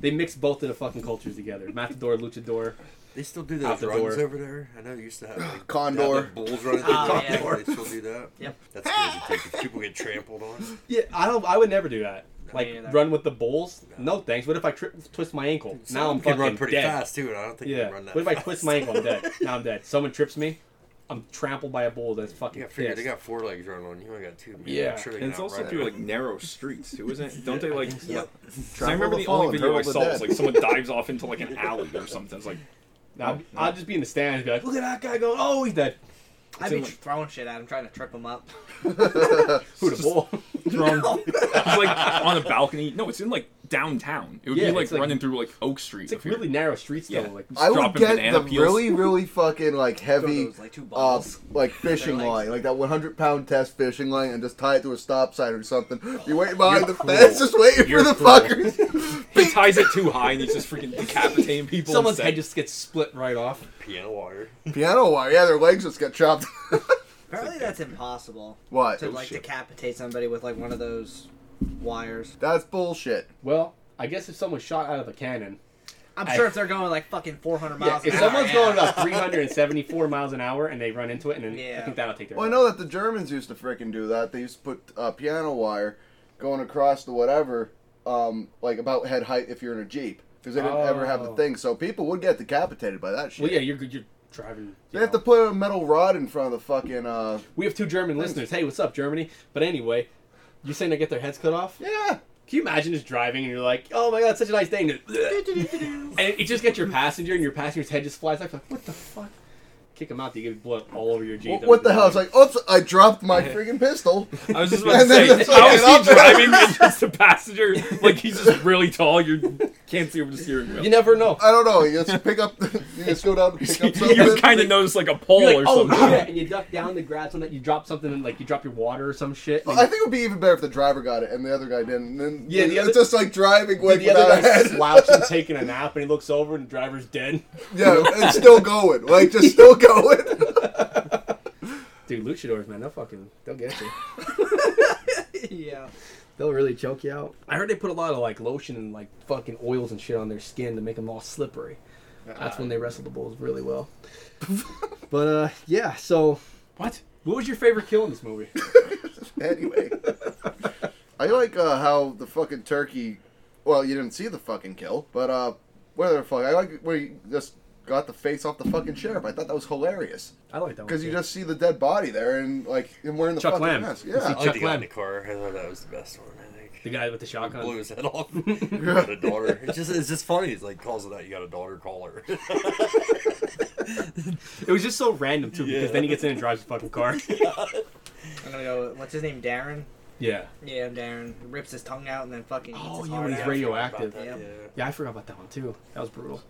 They mix both of the fucking cultures together. Matador, luchador.
they still do
Out
those
the
runs
door.
over there. I know they used to have like,
Condor.
down the bulls running.
Oh,
through the
yeah.
door. They still do that.
Yep.
That's crazy. too, 'cause people get trampled on.
Yeah, I don't. I would never do that. Like
neither.
run with the bulls? No, thanks. What if I trip, twist my ankle?
Some
now I'm
can
fucking
run pretty
dead.
fast too, and I don't think they
Yeah.
can run that.
What if I
fast.
twist my ankle? I'm dead. Now I'm dead. Someone trips me. I'm trampled by a bull that's fucking
Yeah, figure they
pissed.
got four legs running on you. I got two. Man.
Yeah,
I'm sure they
and
can
it's also
outride
through
it.
like narrow streets too, isn't it? Don't they like?
Yep.
I remember the only video I saw was like someone dives off into like an alley or something. It's like
Now, I'll, I'll just be in the stands and be like, look at that guy going, oh, he's dead.
I'd be
in, like-
throwing shit at him, trying to trip him up.
Who the bull?
thrown, it's like on a balcony. No, it's in like downtown. It would
Yeah,
be like
it's, like-
running through like Oak Street.
It's like
if you're-
really narrow streets though.
Yeah.
Like,
I would
dropping
get
banana
the
peels.
really, really fucking like
Throw
heavy,
those, like, two
uh,
balls.
like fishing
Their legs.
line, like that 100 pound test fishing line, and just tie it to a stop sign or something. You're waiting behind the fence, just waiting
You're
for the
cruel.
fuckers.
he ties it too high and he's just freaking decapitating people.
someone's
instead.
head just gets split right off.
piano wire.
Piano wire, yeah, their legs just got chopped.
Apparently, that's impossible
what?
to like decapitate somebody with like one of those wires.
That's bullshit.
Well, I guess if someone shot out of a cannon,
I'm
I-
sure if they're going like fucking 400
yeah,
miles.
if
an
someone's
hour,
going
yeah.
about 374 miles an hour and they run into it, and then I
Yeah.
think that'll take their.
Oh,
Well, I know that the Germans used to freaking do that. They used to put uh, piano wire going across the whatever, um, like about head height if you're in a jeep, because they didn't ever have the
Oh.
thing. So people would get decapitated by that shit.
Well, yeah, you're good. You're driving.
They
you
have
know.
to put a metal rod in front of the fucking. Uh,
We have two German listeners. Hey, what's up, Germany? But anyway, you're saying they get their heads cut off?
yeah,
Can you imagine just driving and you're like, oh my god, such a nice day, and, it- and it just gets your passenger, and your passenger's head just flies off. Like, what the fuck? Kick him out. You get blood all over your jeans.
Wh- what the hell? It's like, oops, I dropped my freaking pistol.
I was just about to
And then
say, how
it's
is
like-
he driving and just the passenger? Like he's just really tall. You can't see over the steering wheel.
you never know.
I don't know. You just pick up. You just go down to pick up
You just
something.
kind of notice like a pole
You're
or
like, oh
something.
shit, and you duck down to grab something. You drop something, and like you drop your water or some shit.
Well,
and-
I think it would be even better if the driver got it and the other guy didn't. And then
Yeah, the
it's
other-
just like driving
Dude,
like
the other
without a
guy's
head.
slouching, taking a nap, and he looks over, and the driver's dead.
Yeah, and still going. Like just still going.
Dude, luchadors, man, they'll fucking, they'll get you.
yeah.
They'll really choke you out. I heard they put a lot of like lotion and like fucking oils and shit on their skin to make them all slippery. That's when they wrestle the bulls really well. but uh, yeah, so
What?
what was your favorite kill in this movie?
anyway, I like uh, how the fucking turkey. Well, you didn't see the fucking kill, but uh, where the fuck? I like where you just got the face off the fucking sheriff. I thought that was hilarious
I like that one
because you
too.
just see the dead body there and like him wearing the
Chuck
fucking
Lamb.
mask.
You see
Yeah,
I like
Chuck
the guy in
Lamb.
the car. I thought that was the best one. I think.
the guy with the shotgun.
blew his head off. you got a daughter. It's just it's just funny. It's like calls it out. You got a daughter. Call her.
It was just so random too,
Yeah.
because then he gets in and drives the fucking car.
I'm gonna go. with- What's his name? Darren.
yeah.
Yeah, Darren rips his tongue out and then fucking. eats
Oh,
his
yeah,
heart
he's
out.
radio-
Radioactive.
Radioactive.
Yeah.
Yeah, I forgot about that one too. That was brutal.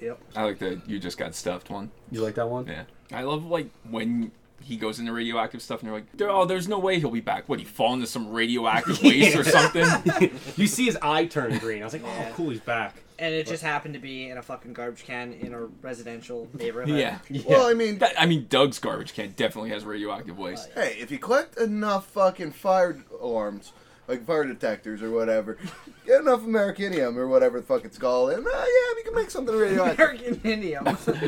Yep.
I like that you just got stuffed one.
You like that one?
Yeah. I love like when he goes into radioactive stuff and you're like, "There- oh, there's no way he'll be back. What, he fall into some radioactive waste or something?
you see his eye turn green. I was like,
Yeah.
oh, cool, he's back.
And it just happened to be in a fucking garbage can in a residential neighborhood.
yeah.
Yeah.
Well, I mean,
That, I mean, Doug's garbage can definitely has radioactive waste.
hey, if you collect enough fucking fire alarms. Like fire detectors or whatever, get enough Americanium or whatever the fuck it's called, and uh, yeah, we can make something radioactive.
American Indium.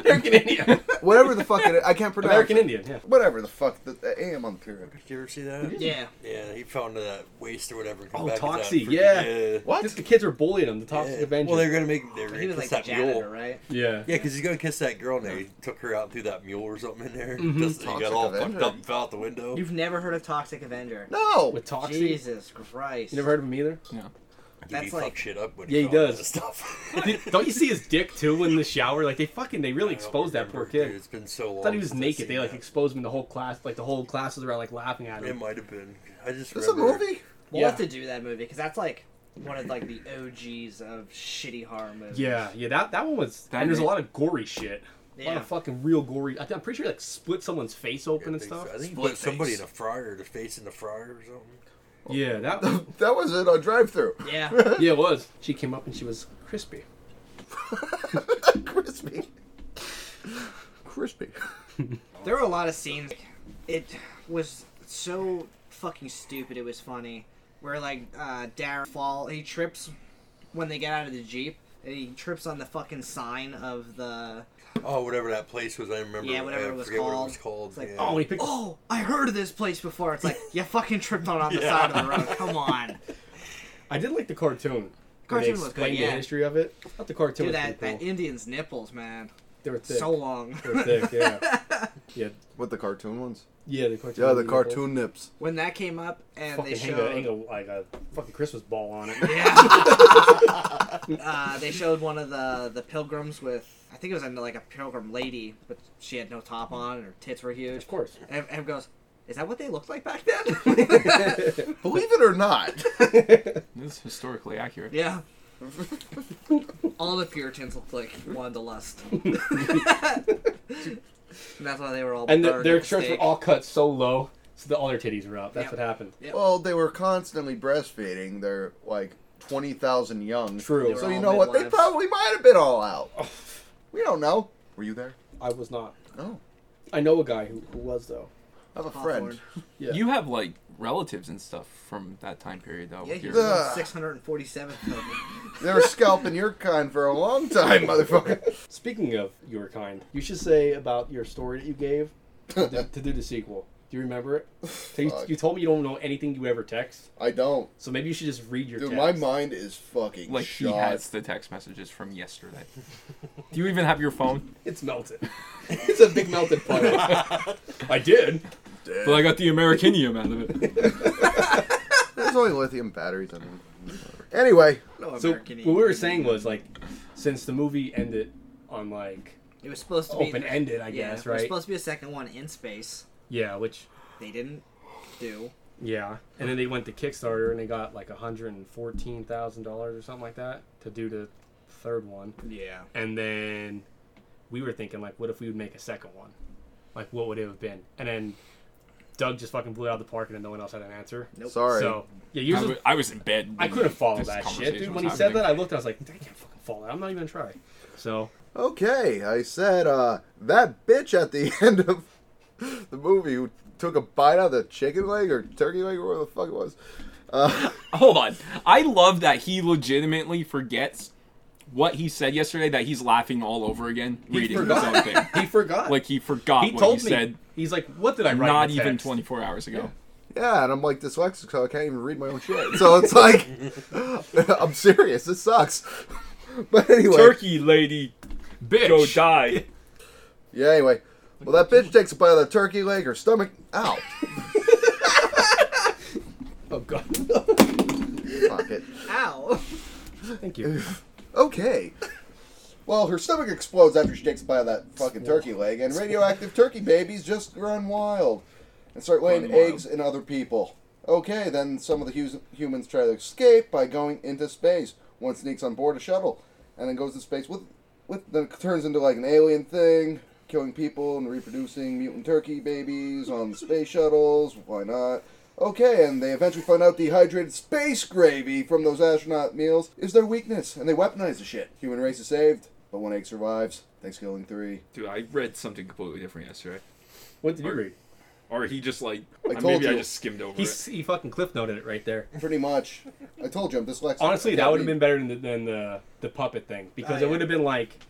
American Indian.
whatever the fuck it, I can't pronounce.
American
it.
Indian. Yeah.
Whatever the fuck the, the AM on the pyramid.
Did you ever see that?
yeah.
Yeah, he found that waste or whatever.
Oh, Toxie,
Toxie.
yeah.
yeah.
What?
Just the kids were bullying him. The Toxic
Yeah.
Avenger.
Well, they're gonna make. They're
He
gonna
was like
kiss
the
that mule.
janitor, right?
yeah.
Yeah, because he's gonna kiss that girl, and they took her out and threw that mule or something in there.
Mhm.
Just he got
Toxic
all
Avenger.
fucked up and fell out the
Oh.
window.
You've never heard of Toxic Avenger?
No.
With Toxie.
Jesus Christ.
You never heard of him either?
Dude, he
That's like-
fucks shit up when
Yeah, he
found all
does.
this Stuff.
Dude, don't you see his dick too in the shower? Like they fucking they
I
really
don't
exposed that poor
remember, dude,
kid.
It's been so long.
I thought he was
since I've
naked.
seen
They like
that.
exposed him in the whole class. Like the whole class was around like laughing at
It
him.
might have been. I just.
This is a
remember-
movie?
We'll
Yeah.
have to do that movie because that's like one of like the OGs of shitty horror movies.
Yeah, yeah. That that one was.
That
and there's a
made-
lot of gory shit. A lot
Yeah.
of fucking real gory. I think, I'm pretty sure he, like split someone's face
Yeah,
open
I
and
think
stuff.
so. I think he
Split
put somebody
face.
in a fryer, the face in the fryer or something.
Yeah, that.
That was it on drive through.
Yeah.
yeah, it was. She came up and she was crispy.
Crispy. Crispy.
there were a lot of scenes. It was so fucking stupid. It was funny. Where like uh, Darren fall, he trips when they get out of the jeep. And he trips on the fucking sign of the
Oh, whatever that place was, I remember.
yeah whatever
I
it was
forget
called.
What it was called.
It's like
yeah.
Oh, and he picked.
oh I heard of this place before. It's like you fucking tripped on on the
Yeah.
side of the road. Come on.
I did like the cartoon. where
Cartoon
they
was good,
explained
yeah.
the history of it. I thought the cartoon
Dude,
was
that,
pretty
that
cool.
Indian's nipples, man.
They were thick.
so long.
They were thick, yeah. yeah.
With the cartoon ones?
Yeah, the cartoon.
Yeah, the cartoon nips.
when that came up and
Fucking
they
hang,
showed
a, hang a, like a fucking Christmas ball on it.
Yeah. uh, they showed one of the the pilgrims with I think it was a, like a pilgrim lady, but she had no top on and her tits were huge.
Of course.
And Em goes, "Is that what they looked like back then?"
Believe it or not.
This is historically accurate.
yeah. All the Puritans looked like one to lust. And that's why they were all
and the,
burned
their
at the
shirts were
stake.
all cut so low, so that all their titties were out. That's
Yep.
what happened.
well, they were constantly breastfeeding. They're like 20,000 young.
True.
So
They're
you
all
know what? They
midwives.
probably might have been all out. We don't know. Oh. Were you there?
I was not.
No.
I know a guy who, who was though.
I have a
Hawthorne.
friend.
Yeah.
You have like relatives and stuff from that time period, though.
Yeah,
with
he
your-
was on
Ugh.
647.
They were scalping your kind for a long time, motherfucker.
Speaking of your kind, you should say about your story that you gave to, do- to do the sequel. Do you remember it? So you,
Fuck.
you told me you don't know anything you ever text,
I don't.
so maybe you should just read your
Dude,
text.
my mind is fucking
like
shot.
he has the text messages from yesterday. Do you even have your phone?
It's melted. it's a big melted puddle. I did.
But I got the Americanium out of it.
There's only lithium batteries in them. Anyway,
No
So what
American
we
Eagle.
were saying was like, since the movie ended on like
it was supposed to be
open ended, I
yeah,
guess,
It was
right?
supposed to be a second one in space.
Yeah, which
They didn't do.
Yeah, and then they went to Kickstarter and they got like hundred and fourteen thousand dollars or something like that to do the third one.
Yeah.
And then we were thinking like, what if we would make a second one? Like, what would it have been? And then Doug just fucking blew it out of the park, and then no one else had an answer.
Nope.
sorry.
So yeah,
I
yours.
was,
was-
I was in bed. when
I couldn't follow
this
that shit,
conversation
dude.
was
When he said
happening.
that, I looked. I was like, I can't fucking follow that. I'm not even trying. So
Okay, I said uh, that bitch at the end of the movie who took a bite out of the chicken leg or turkey leg or whatever the fuck it was. Uh,
Hold on. I love that he legitimately forgets what he said yesterday. That he's laughing all over again, reading
forgot.
his own thing.
he forgot.
Like he forgot
he
what
told
he
me.
said.
He's like, what did I write? in
Not
the
even
text?
24 hours ago.
yeah, and I'm like dyslexic, so I can't even read my own shit. So it's like, I'm serious. This sucks. But anyway,
Turkey lady,
Bitch.
go die.
yeah. Anyway, well, that bitch takes a bite of the turkey leg or stomach. Ow,
Oh god.
fuck it.
Ow.
Thank you.
Okay. Well, her stomach explodes after she takes a bite of that fucking turkey leg, and radioactive turkey babies just run wild and start laying
Run wild.
eggs in other people. Okay, then some of the hus- humans try to escape by going into space. One sneaks on board a shuttle and then goes to space with, with then it turns into like an alien thing, killing people and reproducing mutant turkey babies on space shuttles. Why not? Okay, and they eventually find out dehydrated space gravy from those astronaut meals is their weakness, and they weaponize the shit. Human race is saved, but one egg survives. Thanksgiving three.
Dude, I read something completely different yesterday.
What did you read?
Or he just like
I told maybe I you. just
skimmed over
He s- he fucking cliff noted it right there.
Pretty much. I told you I'm dyslexic.
Honestly,
I
that
can't
would have
read.
been better than the, than the the puppet thing because
Ah,
it
yeah.
would have been like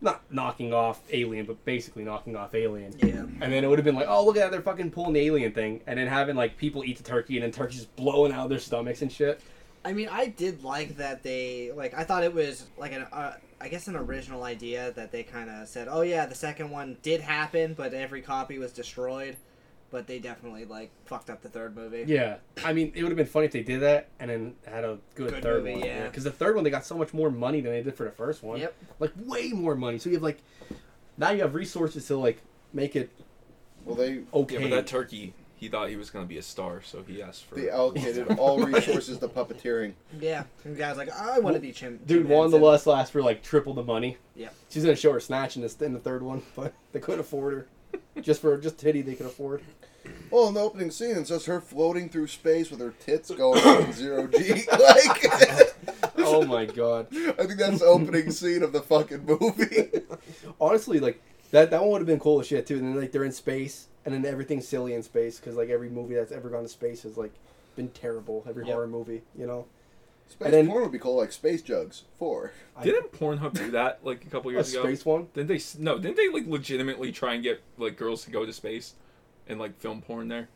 not knocking off Alien, but basically knocking off Alien.
Yeah.
And then it would have been like, oh look at that, they're fucking pulling the Alien thing, and then having like people eat the turkey, and then turkeys blowing out of their stomachs and shit.
I mean, I did like that they like. I thought it was like an. Uh, I guess an original idea that they kind of said, "Oh yeah, the second one did happen, but every copy was destroyed." But they definitely like fucked up the third movie.
Yeah, I mean, it would have been funny if they did that and then had a good,
Good
third
movie,
one.
yeah.
because the third one they got so much more money than they did for the first one.
Yep.
like way more money. So you have like now you have resources to like make it
Well, they
okay.
Yeah, but that turkey, he thought he was gonna be a star, so he asked for.
they allocated all resources to puppeteering.
Yeah. And the guy's like, "I want to be chim."
Dude, Wanda Lust lasts for like triple the money.
Yep.
She's gonna show her snatch in, this, in the third one, but they couldn't afford her. Just for just titty, they could afford.
Well, in the opening scene, it's just her floating through space with her tits going in zero G. Like,
Oh my god!
I think that's the opening scene of the fucking movie.
Honestly, like that that one would have been cool as shit too. And then like they're in space, and then everything's silly in space because like every movie that's ever gone to space has like been terrible. Every
Yep.
horror movie, you know.
Space
then-
porn would be called like Space Jugs 4.
Didn't Pornhub do that like a couple
A
years ago?
space one.
Didn't they? s- No, didn't they like legitimately try and get like girls to go to space and like film porn there?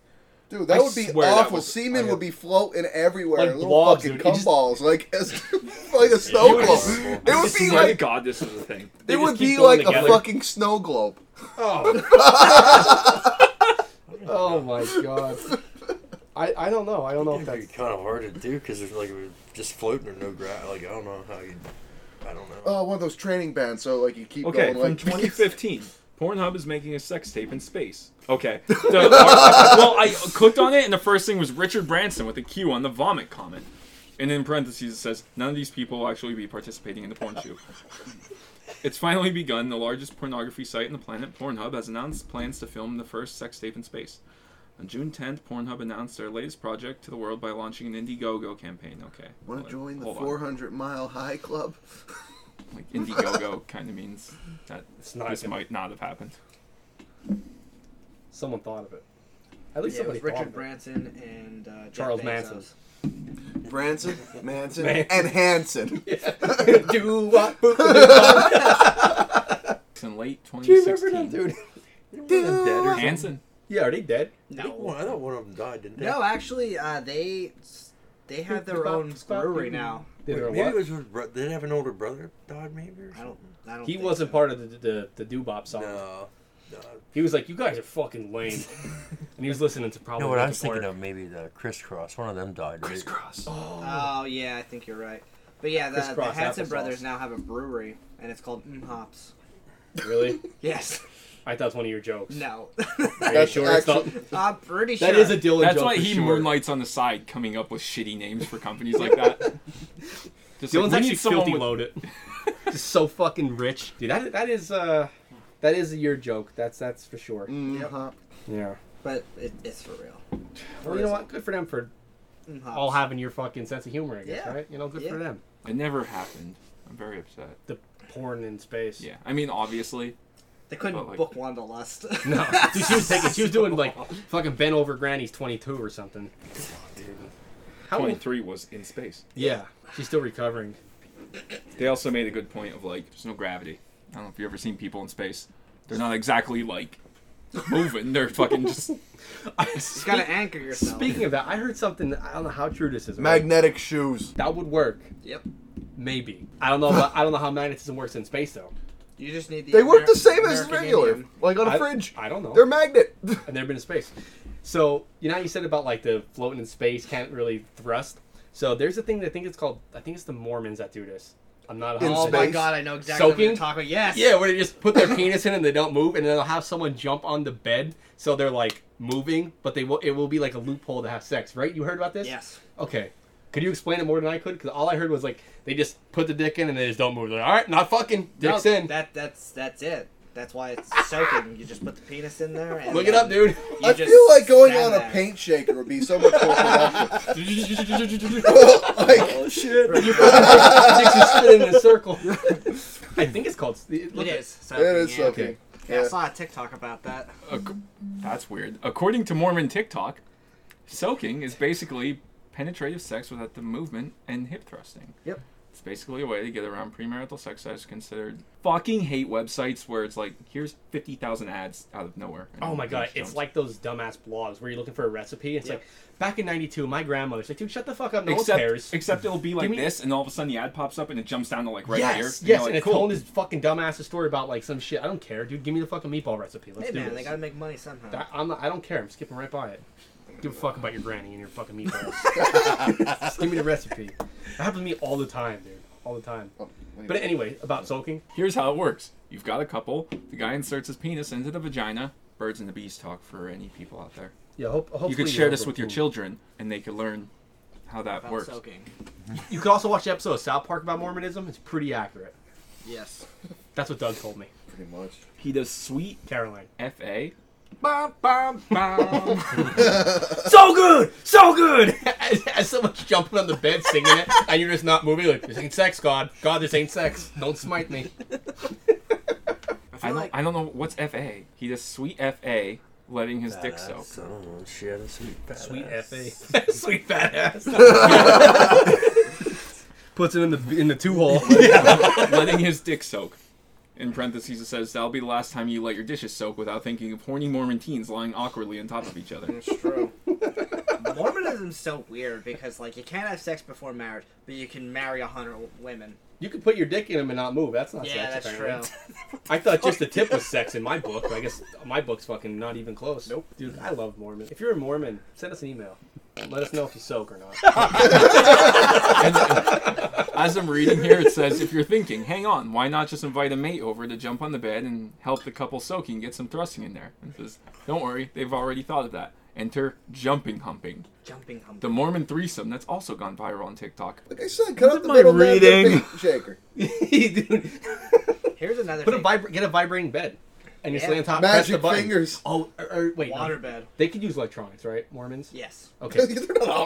Dude, that
I
would be
swear that
awful.
was-
Semen
I-
would be floating everywhere,
Like
in little
blobs,
fucking
dude. It
cum
just-
balls, like as, like a snow
would
globe.
just-
It would be like
God, this is a thing.
it would
just keep
be
going
like a
together.
fucking snow globe.
Oh my god. I, I don't know. I don't know if
It'd be
that's.
kind of hard to do because there's like we're just floating or no ground. Like I don't know how you. I don't know.
Oh, one of those training bands. So like you keep
Okay,
going.
from
Like
2015, Pornhub is making a sex tape in space. Okay. The- well, I clicked on it, and the first thing was Richard Branson with a Q on the vomit comment. And in parentheses, it says, none of these people will actually be participating in the porn shoot. It's finally begun. The largest pornography site on the planet, Pornhub, has announced plans to film the first sex tape in space. On June 10th, Pornhub announced their latest project to the world by launching an Indiegogo campaign. Okay.
want
hold
to
on,
join the
hold on.
400 mile high club?
Like, Indiegogo kind of means that
It's not.
this
gonna-
might not have happened.
Someone thought of it. At least
Yeah, it
somebody
was
thought
Richard
of it.
Branson and uh, Jeff
Charles
Bezos.
Manson.
Branson, Manson,
Man.
and Hanson.
Do what? boop, boop, boop.
in late
Do you remember them,
2016.
dude?
Dead or
Hanson.
Yeah, are they dead?
I think
No,
one, I thought one of them died, didn't they?
no, actually, uh, they they have their
Stop-
own
stop
brewery
eating.
now.
Did
Wait,
or
maybe it
what?
was her bro- did they have an older brother died maybe or
I don't.
something?
I don't
He
think
wasn't
so.
part of the the, the Doobop song.
No. No.
He was like, "You guys are fucking lame," and he was listening to
You
probably.
know what I
Linkin
was thinking
Park.
of? Maybe the crisscross. One of them died. Right?
Crisscross.
Oh yeah, I think you're right. But yeah, the, the
Crisscross
Hanson
applesauce.
brothers now have a brewery, and it's called Mm Hops.
Really?
Yes.
I thought it was one of your jokes.
No.
Are you sure it's not?
actually-
I'm pretty sure.
That is a Dylan
That's
joke
why
for
he
sure.
moonlights on the side, coming up with shitty names for companies like that. Just
Dylan's
like, we
actually
need someone
filthy
with-
loaded. Just so fucking rich, dude. That that is uh, that is your joke. That's that's for sure.
Mm,
Yep.
huh.
Yeah.
But it, it's for real.
Well, you know what? Good for them for
Mm Hops.
all having your fucking sense of humor. I guess,
Yeah.
right? You know, good for
Yeah.
them.
It never happened. I'm very upset.
The porn in space.
Yeah, I mean, obviously.
They couldn't
But, like-
book Wanda Lust.
No, dude, she was taking. She was doing like fucking bent over granny's twenty two or something.
Dude.
How old?
23 was in space.
Yeah, she's still recovering.
They also made a good point of like, there's no gravity. I don't know if you've ever seen people in space. They're not exactly like moving. They're fucking just.
you gotta anchor yourself.
Speaking of that, I heard something. I don't know how true this is. right?
Magnetic shoes.
that would work,
Yep.
maybe. I don't know. About, I don't know how magnetism works in space though.
You just need the.
They work
Amer-
the same as
American
regular,
Indian.
like on a
I-
fridge.
I don't know.
They're magnet.
I've never been in space. So you know how you said about like the floating in space can't really thrust. So there's a thing that I think it's called. I think it's the Mormons that do this. I'm not.
In
100%
Oh my
space.
god, I know exactly what you're
Soaking?
talking about. Yes.
Yeah, where they just put their penis in and they don't move, and then they'll have someone jump on the bed, so they're like moving, but they will. It will be like a loophole to have sex, right? You heard about this?
Yes.
Okay. Could you explain it more than I could? Because all I heard was like they just put the dick in and they just don't move. They're like, all right, not fucking. Dick's in.
That that's that's it. That's why it's soaking. You just put the penis in there. And
Look it up,
then
dude.
you
I
just
feel like going
stand
on
there.
a paint shaker would be so much more productive.
Oh
like,
shit!
Dicks is spinning in a circle. I think it's called.
It
look at-
is.
it
Soaking,
is
yeah.
something.
Yeah, I
Yeah.
saw a TikTok about that.
Ac- That's weird. According to Mormon TikTok, soaking is basically penetrative sex without the movement and hip thrusting.
Yep.
It's basically a way to get around premarital sex that is considered. Fucking hate websites where it's like, here's 50,000 ads out of nowhere. And
Oh my
you
god,
just
it's
don't-
like those dumbass blogs where you're looking for a recipe. It's
Yeah.
like back in '92, my grandmother's like, "Dude, shut the fuck up, no one
Except,
cares."
except it'll be like
me-
this, and all of a sudden the ad pops up and it jumps down to like right
yes,
here.
Yes,
and you're
and
like,
it's
cool.
telling this fucking dumbass a story about like some shit. I don't care, dude. Give me the fucking meatball recipe. Let's
Hey
do
man,
this.
they gotta make money somehow.
I, I'm not, I don't care. I'm skipping right by it. Give a fuck about your granny and your fucking meatballs. Just give me the recipe. That happens to me all the time, dude. All the time.
Oh,
But anyway, about soaking.
Here's how it works. You've got a couple. The guy inserts his penis into the vagina. Birds and the bees talk for any people out there.
Yeah, hope, hopefully
you could share this
remember.
with your children and they could learn how that
about
works.
soaking.
You could also watch the episode of South Park about Mormonism. It's pretty accurate.
Yes.
That's what Doug told me.
Pretty much.
He does sweet
Caroline.
FA.
so good, so good. as, as someone's jumping on the bed singing it, and you're just not moving. Like this ain't sex, God. God, this ain't sex. Don't smite me.
I feel
I don't,
like
I don't know what's FA. He does sweet FA, letting his dick
Badass.
soak.
I don't know. Shit, a sweet
Sweet
badass.
fa, sweet fat ass. Puts him in the in the two hole.
letting his dick soak. In parentheses, it says, That'll be the last time you let your dishes soak without thinking of horny Mormon teens lying awkwardly on top of each other.
it's true. Mormonism's so weird because like you can't have sex before marriage, but you can marry a hundred women.
You could put your dick in him and not move. That's not
yeah,
sex.
that's
apparently.
true.
I thought just the tip was sex in my book. but I guess my book's fucking not even close.
Nope.
Dude, I love Mormon. If you're a Mormon, send us an email. Let us know if you soak or not.
As I'm reading here, it says if you're thinking, hang on, why not just invite a mate over to jump on the bed and help the couple soaking, get some thrusting in there? It says, don't worry, they've already thought of that. Enter jumping humping,
Jumping hump.
the Mormon threesome that's also gone viral on TikTok.
Like I said, cut out the
my
middle man, the
reading.
beat shaker.
Dude,
Here's another
put a
thing.
vibra- get a vibrating bed, and you
Yeah.
lay on top. press the
Magic
button.
fingers.
Oh, or, or, wait, no.
Waterbed.
They could use electronics, right, Mormons?
Yes.
They're
Okay.
not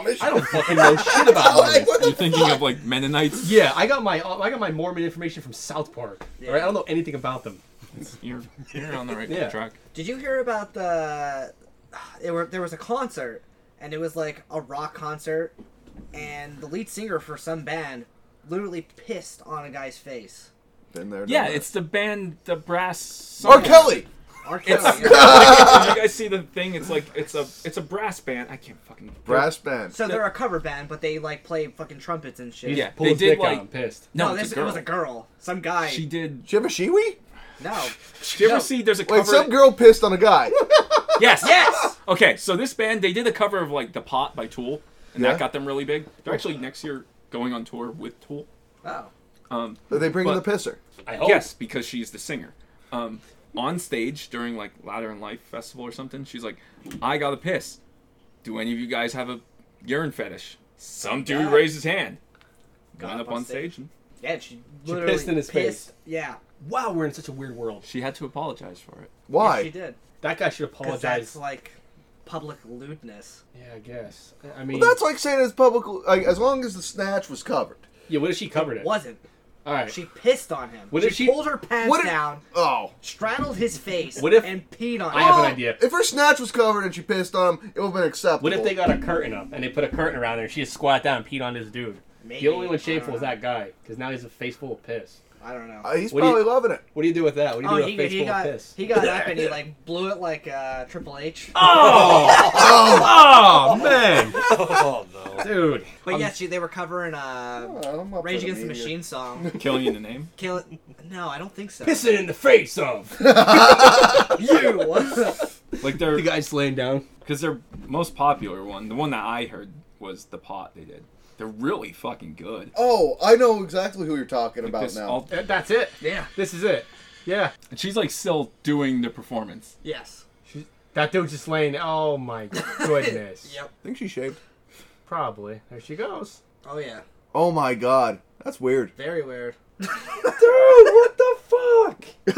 Amish.
I don't fucking know shit about
like,
Mormons.
what
You're
the
thinking of like Mennonites?
Yeah, I got my I got my Mormon information from South Park.
Yeah.
Right, I don't know anything about them.
You're, you're on the right
Yeah.
track.
Did you hear about the? There were there was a concert, and it was like a rock concert, and the lead singer for some band literally pissed on a guy's face.
Been there, done
Yeah,
that.
it's the band, the brass.
R. Kelly.
R.
It's,
Kelly, yeah.
did you guys see the thing? It's like it's a it's a brass band. I can't fucking
Brass band.
So they're a cover band, but they like play fucking trumpets and shit.
Yeah.
Pull
they
his
did,
dick out.
like-
I'm pissed.
No,
No, it's
this
Oh, a
it was a
girl.
girl. Some guy.
She did.
Did you have a shiwi?
No.
Did you ever
No.
see? There's a cover.
Wait, some girl pissed on a guy.
Yes.
Yes.
Okay, so this band they did a cover of like "The Pot" by Tool, and
Yeah.
that got them really big. They're actually next year going on tour with Tool.
Oh.
Um,
Did they bring in the
But-
pisser?
I hope.
Yes, because she's the singer. Um, on stage during like Ladder and Life Festival or something, she's like, "I got to piss. Do any of you guys have a urine fetish?" Some dude
Yeah.
raised his hand.
Got
Went up on stage. and
Yeah, she
She
literally
pissed in his
pissed-
face.
Yeah.
Wow, we're in such a weird world.
she had to apologize for it.
Why?
Yeah, she did.
That guy should
Because
apologize.
that's like public lewdness.
yeah, I guess. I- I mean,
Well, that's like saying it's public. Like, as long as the snatch was covered.
yeah. What if she covered it?
Wasn't.
All right.
She pissed on him.
What
she,
if she-
pulled her pants
What if-
down,
Oh.
straddled his face,
What if-
and peed on
I
him.
have an idea.
If her snatch was covered and she pissed on him, it would have been acceptable.
What if they got a curtain up and they put a curtain around there and she just squat down and peed on this dude?
Maybe.
The only one
I don't
shameful is
know.
that guy because now he's a face full of piss.
I don't know.
Uh, he's
What do you-
probably loving it.
What do you do with that? What do you
oh,
do with
he,
a face
he
full
got
of piss?
he got up and he like blew it like uh, Triple H.
Oh,
Oh man,
oh no.
dude.
but yeah, she, they were covering uh,
Oh, I'm up
Rage
for
Against the
media.
Machine song.
killing you in the name.
Kill it. No, I don't think so.
Piss it in the face of
you.
Like they're
the guy's laying down.
Because their most popular one, the one that I heard was the pot they did. They're really fucking good.
Oh, I know exactly who you're talking
Like
about
this
now.
all-
That's it.
yeah.
This is it. Yeah.
and she's like still doing the performance.
Yes.
That dude's just laying. Oh my goodness.
Yep.
I think she shaved.
Probably. There she goes.
Oh yeah.
Oh my god, that's weird.
Very weird.
Dude, what the fuck?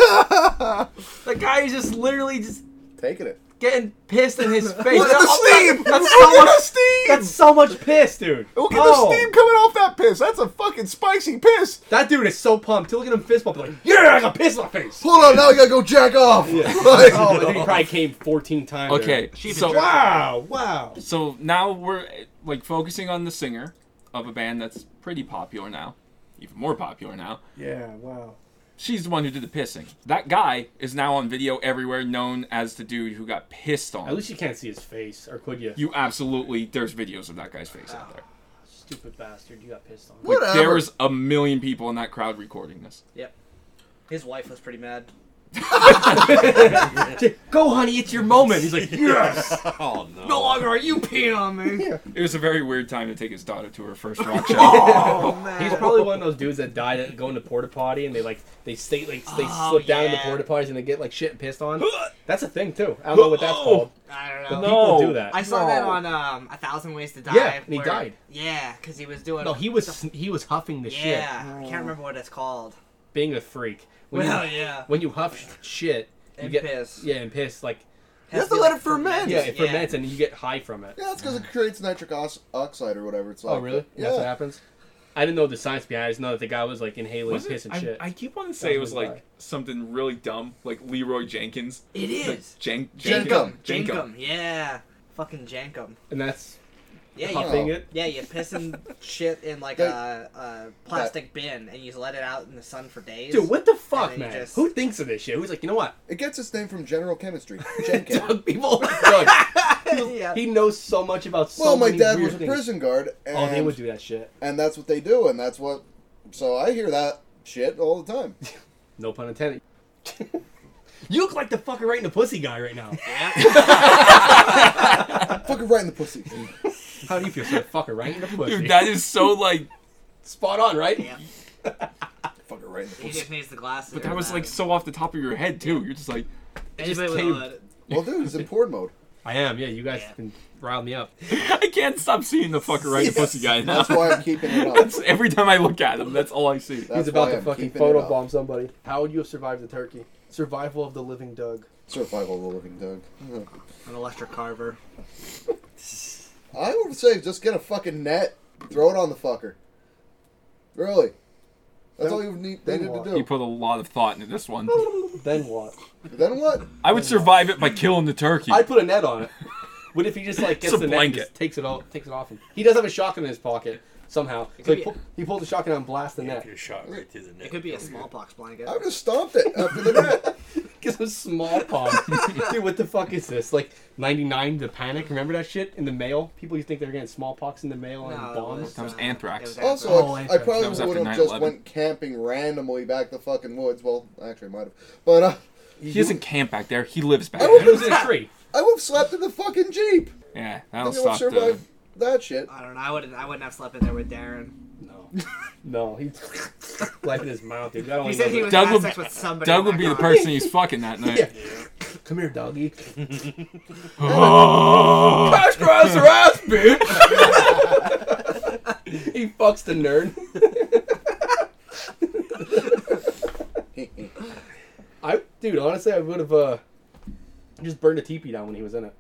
the guy is just literally just
Taking it.
getting pissed in his face.
Look at the steam.
That's
Look
so
at
much.
the steam.
That's so much piss, dude. Oh.
Look at the steam coming off that piss. That's a fucking spicy piss.
That dude is so pumped. Look at him fist bump. Like, yeah, I got piss in my face.
Hold on, now I gotta go jack off. Like,
Oh, and he probably came 14 times.
Okay, so
Wow, wow.
so now we're eh, like focusing on the singer of a band that's pretty popular now, even more popular now.
Yeah, wow.
She's the one who did the pissing. That guy is now on video everywhere, known as the dude who got pissed on.
At least you can't see his face, or could you?
you absolutely there's videos of that guy's face out there.
stupid bastard, you got pissed on.
What?
Like,
Whatever.
there's a million people in that crowd recording this.
Yep. His wife was pretty mad.
Go, honey, it's your moment. He's like, yes.
Oh no.
No longer are you peeing on me.
It was a very weird time to take his daughter to her first rock show.
Oh man.
He's probably one of those dudes that died at going to porta potty, and they like they stay like they
Oh,
slip down in the
yeah.
porta potties and they get like shit and pissed on. That's a thing too. I don't know what that's called.
I
But
don't know.
people
No.
do that.
I saw that on um, A Thousand Ways to Die.
Yeah, and he
where-
died.
Yeah, because he was doing.
no, he was he was huffing the shit,
Yeah, I can't remember what it's called.
being a freak. When
Well,
you,
yeah.
when you huff shit, you
And
get
piss.
yeah and piss like
You have
Has be,
to let
like,
it ferment.
yeah it
Yeah.
ferments and you get high from it.
Yeah, that's because it creates nitric os- oxide or whatever it's like.
Oh, really? That's what
Yeah.
happens? I didn't know the science behind it. I just know that the guy was like inhaling
Was it-
piss and
I,
shit.
I keep wanting to say it was
Definitely
like something really dumb, like Leroy Jenkins.
It
Like
is.
Jen-
Jenkum.
Jenkum.
Jankum. Yeah. Fucking Jankum.
and that's
Yeah, you,
huffing
Oh.
it.
yeah, you piss and shit in like
They-
a, a plastic bin, and you let it out in the sun for days.
Dude, what the fuck,
then you
man?
just-
Who thinks of this shit? Who's like, you know what?
It gets its name from general chemistry. Gen chem.
Fuck people. Look,
yeah.
he knows so much about so
well, my
many
dad
weird
was a
things.
prison guard, and,
Oh, they would do that shit.
and that's what they do, and that's what. So I hear that shit all the time.
No pun intended. you look like the fucker right in the pussy guy right now.
Fucking right in the pussy.
How do you feel, sir? Fucker right in the pussy.
Dude, that is so like.
Spot on, right?
Yeah.
Fucking right in the
He
pussy.
just needs the glasses.
But that was like so off the top of your head too. You're just like,
anybody
just
would
taped.
let it.
Well, dude, he's in porn mode.
I am. Yeah, you guys
Yeah.
can rile me up.
I can't stop seeing the fucker right in the pussy guy now.
That's why I'm keeping it up.
That's- every time I look at him. That's all I see.
That's
He's about
why
to
I'm
fucking
keeping it
photo
up.
bomb somebody. How would you have survived the turkey? Survival of the living Doug.
Survival of the living dog.
An electric carver.
I would say just get a fucking net, throw it on the fucker. Really. That's
Then-
all you need,
then
needed
what?
to
He
do.
put a lot of thought into this one.
Then what?
Then what?
I would survive it by killing the turkey.
I'd put a net on it. What if he just like gets
It's
the
a
net and
blanket.
just takes it all takes it off him? He does have a shotgun in his pocket somehow. So
could
he,
be-
pull, he pulled the shotgun out and blasts the
Yeah,
net.
get a shot right to the neck.
It could be a smallpox blanket.
I would have stomped it after the net.
Gives him smallpox. Dude, what the fuck is this? Like ninety nine the panic, remember that shit? In the mail? People used to think they were getting smallpox in the mail and
it
bombs.
That was
uh,
anthrax.
it was anthrax.
Oh,
Also, I, I
after-
probably
that was after
would have just
9/11.
went camping randomly back the fucking woods. Well, actually, I might have. But uh,
He doesn't camp back there. He lives back
I
He
would
there.
lives in a tree.
I would have slept in the fucking jeep.
Yeah,
I
that'll
think I would
stop the.
survive that shit.
I don't know. I wouldn't. I wouldn't have slept in there with Darren.
No. No, he life in his mouth, dude.
Oh,
He said he was
Doug
had
would-
sex with somebody.
Doug
in
would
that
be the
car.
person he's fucking that night.
Yeah. Come here, doggy.
Oh,
Crash grabs her ass, bitch. he fucks the nerd. I, dude, honestly, I would have uh, just burned a teepee down when he was in it.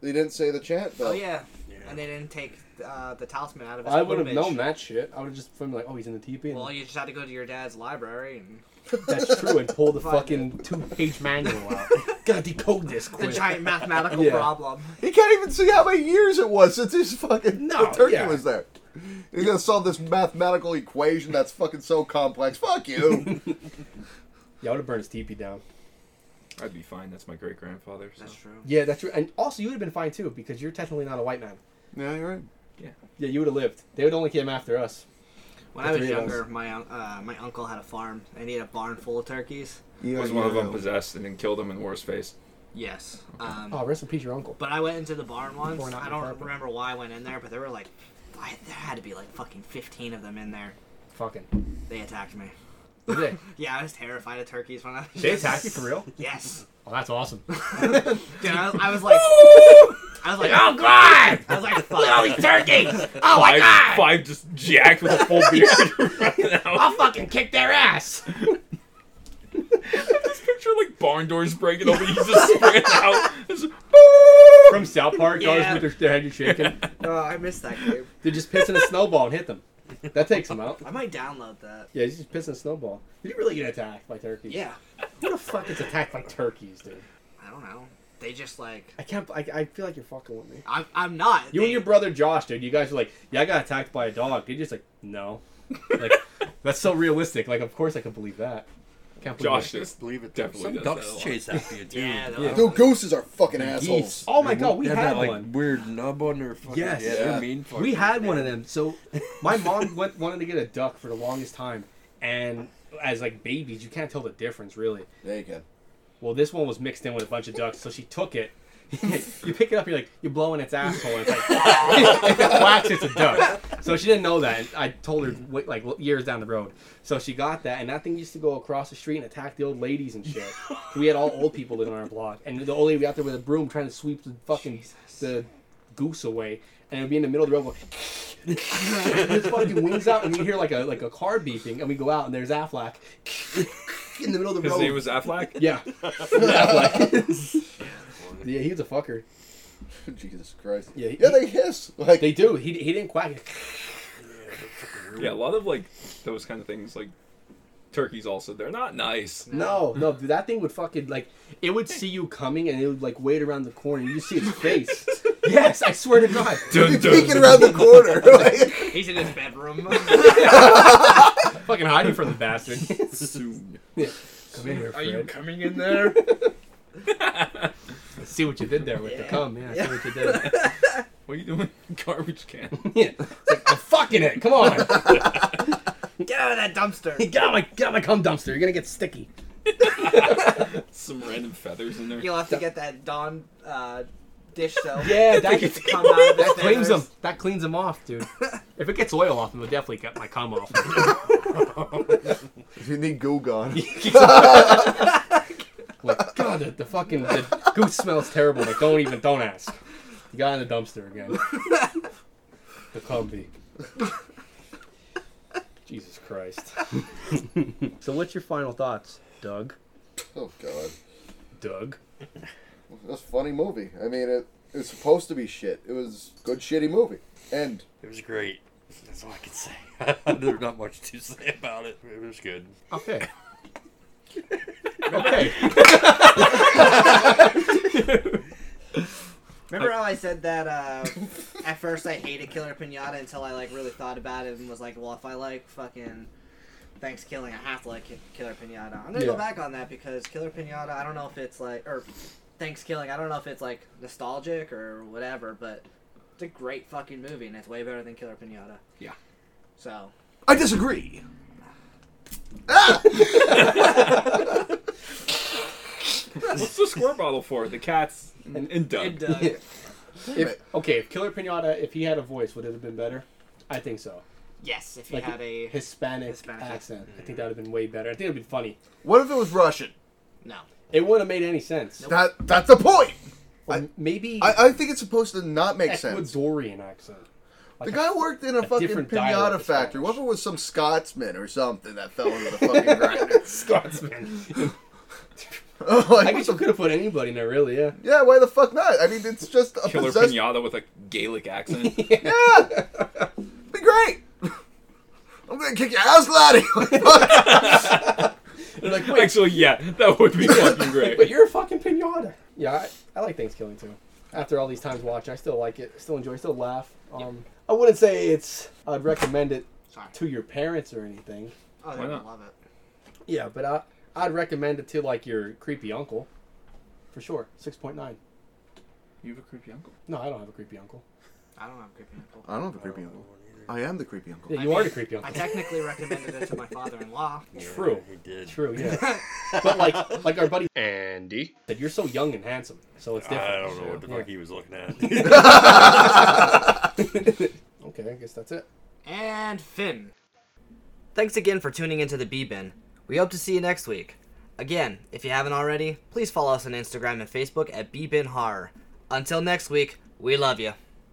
They didn't say the chant though.
Oh yeah.
Yeah.
and they didn't take uh, the talisman out of his.
I would have
plumage.
known that shit. I would have just been like, oh, he's in the teepee. And
Well, you just had to go to your dad's library and
That's true. And pull the
Find
fucking two-page manual out. Gotta decode this
the
quick.
giant mathematical
Yeah.
problem.
He can't even see how many years it was since his fucking
No,
the turkey
yeah.
was there. He's gonna solve this mathematical equation that's fucking so complex. Fuck you.
yeah, I would have burned his teepee down.
I'd be fine. That's my great grandfather. So.
That's true.
Yeah, that's true. And also, you would have been fine too because you're technically not a white man.
yeah, you're right.
Yeah, you would have lived. They would only came after us.
When
The
I was
three of us.
younger, my un- uh, my uncle had a farm and he had a barn full of turkeys.
Yeah,
Was one of them possessed and then killed him in the worst face.
Yes. Um,
Oh, rest in peace, your uncle.
But I went into the barn once.
Or not
I
in
don't
purple.
remember why I went in there, but there were like, I, there had to be like fucking 15 of them in there.
Fucking.
They attacked me.
Did they?
Yeah, I was terrified of turkeys when I was.
They attacked you for real?
Yes.
Oh, that's awesome.
Dude, I was, I was like, I was like, oh god, I was like, fuck.
turkeys! Oh my god! Five just jacked with a full beard. I'll
fucking kick their ass.
just picture like barn doors breaking open. He's just spread out. Just,
From South Park,
Yeah.
always with their, their head shaking.
Oh, I missed that game.
They're just pissing a snowball and hit them. That takes them out.
I might download that.
Yeah, he's just pissing a snowball. Did you really get attacked by turkeys?
Yeah.
Who the fuck gets attacked by turkeys, dude?
I don't know. They just like,
I can't. I, I feel like you're fucking with me.
I'm, I'm not.
You
they,
and your brother Josh, dude. You guys were like, yeah, I got attacked by a dog. You're just like, no. Like, that's so realistic. Like, of course I can believe that. Can't believe
Josh
it.
just
believe it.
Definitely
Some
does that a
ducks
lot.
chase after you too.
Yeah. that was-
Dude, gooses are fucking assholes.
Geese.
Oh my
They
god,
won't-
we
they have
had
that, like,
one.
weird nub on their fucking.
Yes.
yeah,
Yeah.
they're mean.
We
fuckers,
had one
man.
of them. So my mom went, wanted to get a duck for the longest time, and as like babies, you can't tell the difference really.
There you go.
Well, this one was mixed in with a bunch of ducks, so she took it. you pick it up, you're like you're blowing its asshole. And it's like if it quacks, it's a duck. So she didn't know that. and I told her wait, like years down the road. So she got that, and that thing used to go across the street and attack the old ladies and shit. we had all old people living on our block, and the old lady would be out there with a broom trying to sweep the fucking the goose away, and it would be in the middle of the road. Going, his fucking wings out, and we hear like a like a car beeping, and we go out, and there's Aflac in the middle of the
His
road.
name was Affleck.
yeah, Affleck. yeah, he was a fucker.
Jesus Christ.
Yeah, he-
yeah, they hiss. Like
They do. He, he didn't quack.
Yeah, a lot of like those kind of things. Like turkeys, also they're not nice.
No, no, dude, that thing would fucking like it would see you coming, and it would like wait around the corner. You see its face. Yes, I swear to God.
You're peeking around the corner. like,
He's in his bedroom.
Fucking hiding from the bastard.
Soon.
Come in here,
Are you
Fred.
coming in there?
See what you did there with the cum. Yeah, see what you did.
What are you doing? Garbage can.
yeah. It's like, I'm fucking it. Come on.
Get out of that dumpster.
Get out of my, get out of my cum dumpster. You're going to get sticky.
Some random feathers in there.
You'll have to get that Dawn uh, dish soap.
Yeah, that,
to come out of the
that cleans them.
feathers.
That cleans them off, dude. If it gets oil off them, it'll definitely get my cum off.
you need goo gone.
Like, God, the, the fucking the goose smells terrible. Like, don't even, don't ask. You got in the dumpster again. the combi. Jesus Christ. so, what's your final thoughts, Doug?
Oh god,
Doug.
that's a funny movie. I mean, it it's supposed to be shit. It was a good shitty movie. End.
It was great. That's all I can say. There's not much to say about it. It was good.
Okay. okay.
Remember how I said that uh, at first I hated Killer Pinata until I like really thought about it and was like, well, if I like fucking Thanks Killing, I have to like Ki- Killer Pinata. I'm gonna go
Yeah.
back on that because Killer Pinata, I don't know if it's like or Thanks Killing, I don't know if it's like nostalgic or whatever, but it's a great fucking movie and it's way better than Killer Pinata.
Yeah.
So
I disagree.
What's the squirt bottle for? The cats and, and
and,
Doug.
uh,
If, okay, if Killer Pinata, if he had a voice, would it have been better? I think so.
yes, if you
Like
had a
Hispanic,
Hispanic
accent. I think that would have been way better. I think it would have been funny.
What if it was Russian?
no,
It wouldn't have made any sense.
Nope.
That that's the point.
Or maybe
I, I think it's supposed to not make sense.
Ecuadorian accent.
The guy worked in a, fucking
different dialect
pinata
of
factory.
Spanish.
What if it was some Scotsman or something that fell into the fucking grinder? Oh,
Scotsman.
Like,
I guess you could have put anybody in there, really. Yeah.
yeah, why the fuck not? I mean, it's just a
Killer
possessed-
pinata with a Gaelic accent.
Yeah, be great. I'm gonna kick your ass, laddie. Fuck.
They're like, wait,
Actually, yeah, that would be fucking great.
but you're a fucking pinata. Yeah, I, I like Thanksgiving too. After all these times watching, I still like it. I still enjoy. I still laugh. Um, I wouldn't say it's. I'd recommend it
sorry,
to your parents or anything.
oh,
Why
they would
not?
love it.
Yeah, but I, I'd recommend it to like your creepy uncle, for sure. Six point nine.
You have a creepy uncle.
No, I don't have a creepy uncle.
I don't have creepy uncle.
I don't have a creepy uncle. I am the creepy uncle.
Yeah, you
I
are
mean,
the creepy
I
uncle.
technically recommended it to my father-in-law.
True.
He did.
True. Yeah. but like, like our buddy Andy said, you're so young and handsome, so it's different.
I don't know what the fuck he was looking at.
Okay, I guess that's it.
and Finn. Thanks again for tuning into the B Bin. We hope to see you next week. Again, if you haven't already, please follow us on Instagram and Facebook at B Bin Horror. Until next week, we love you.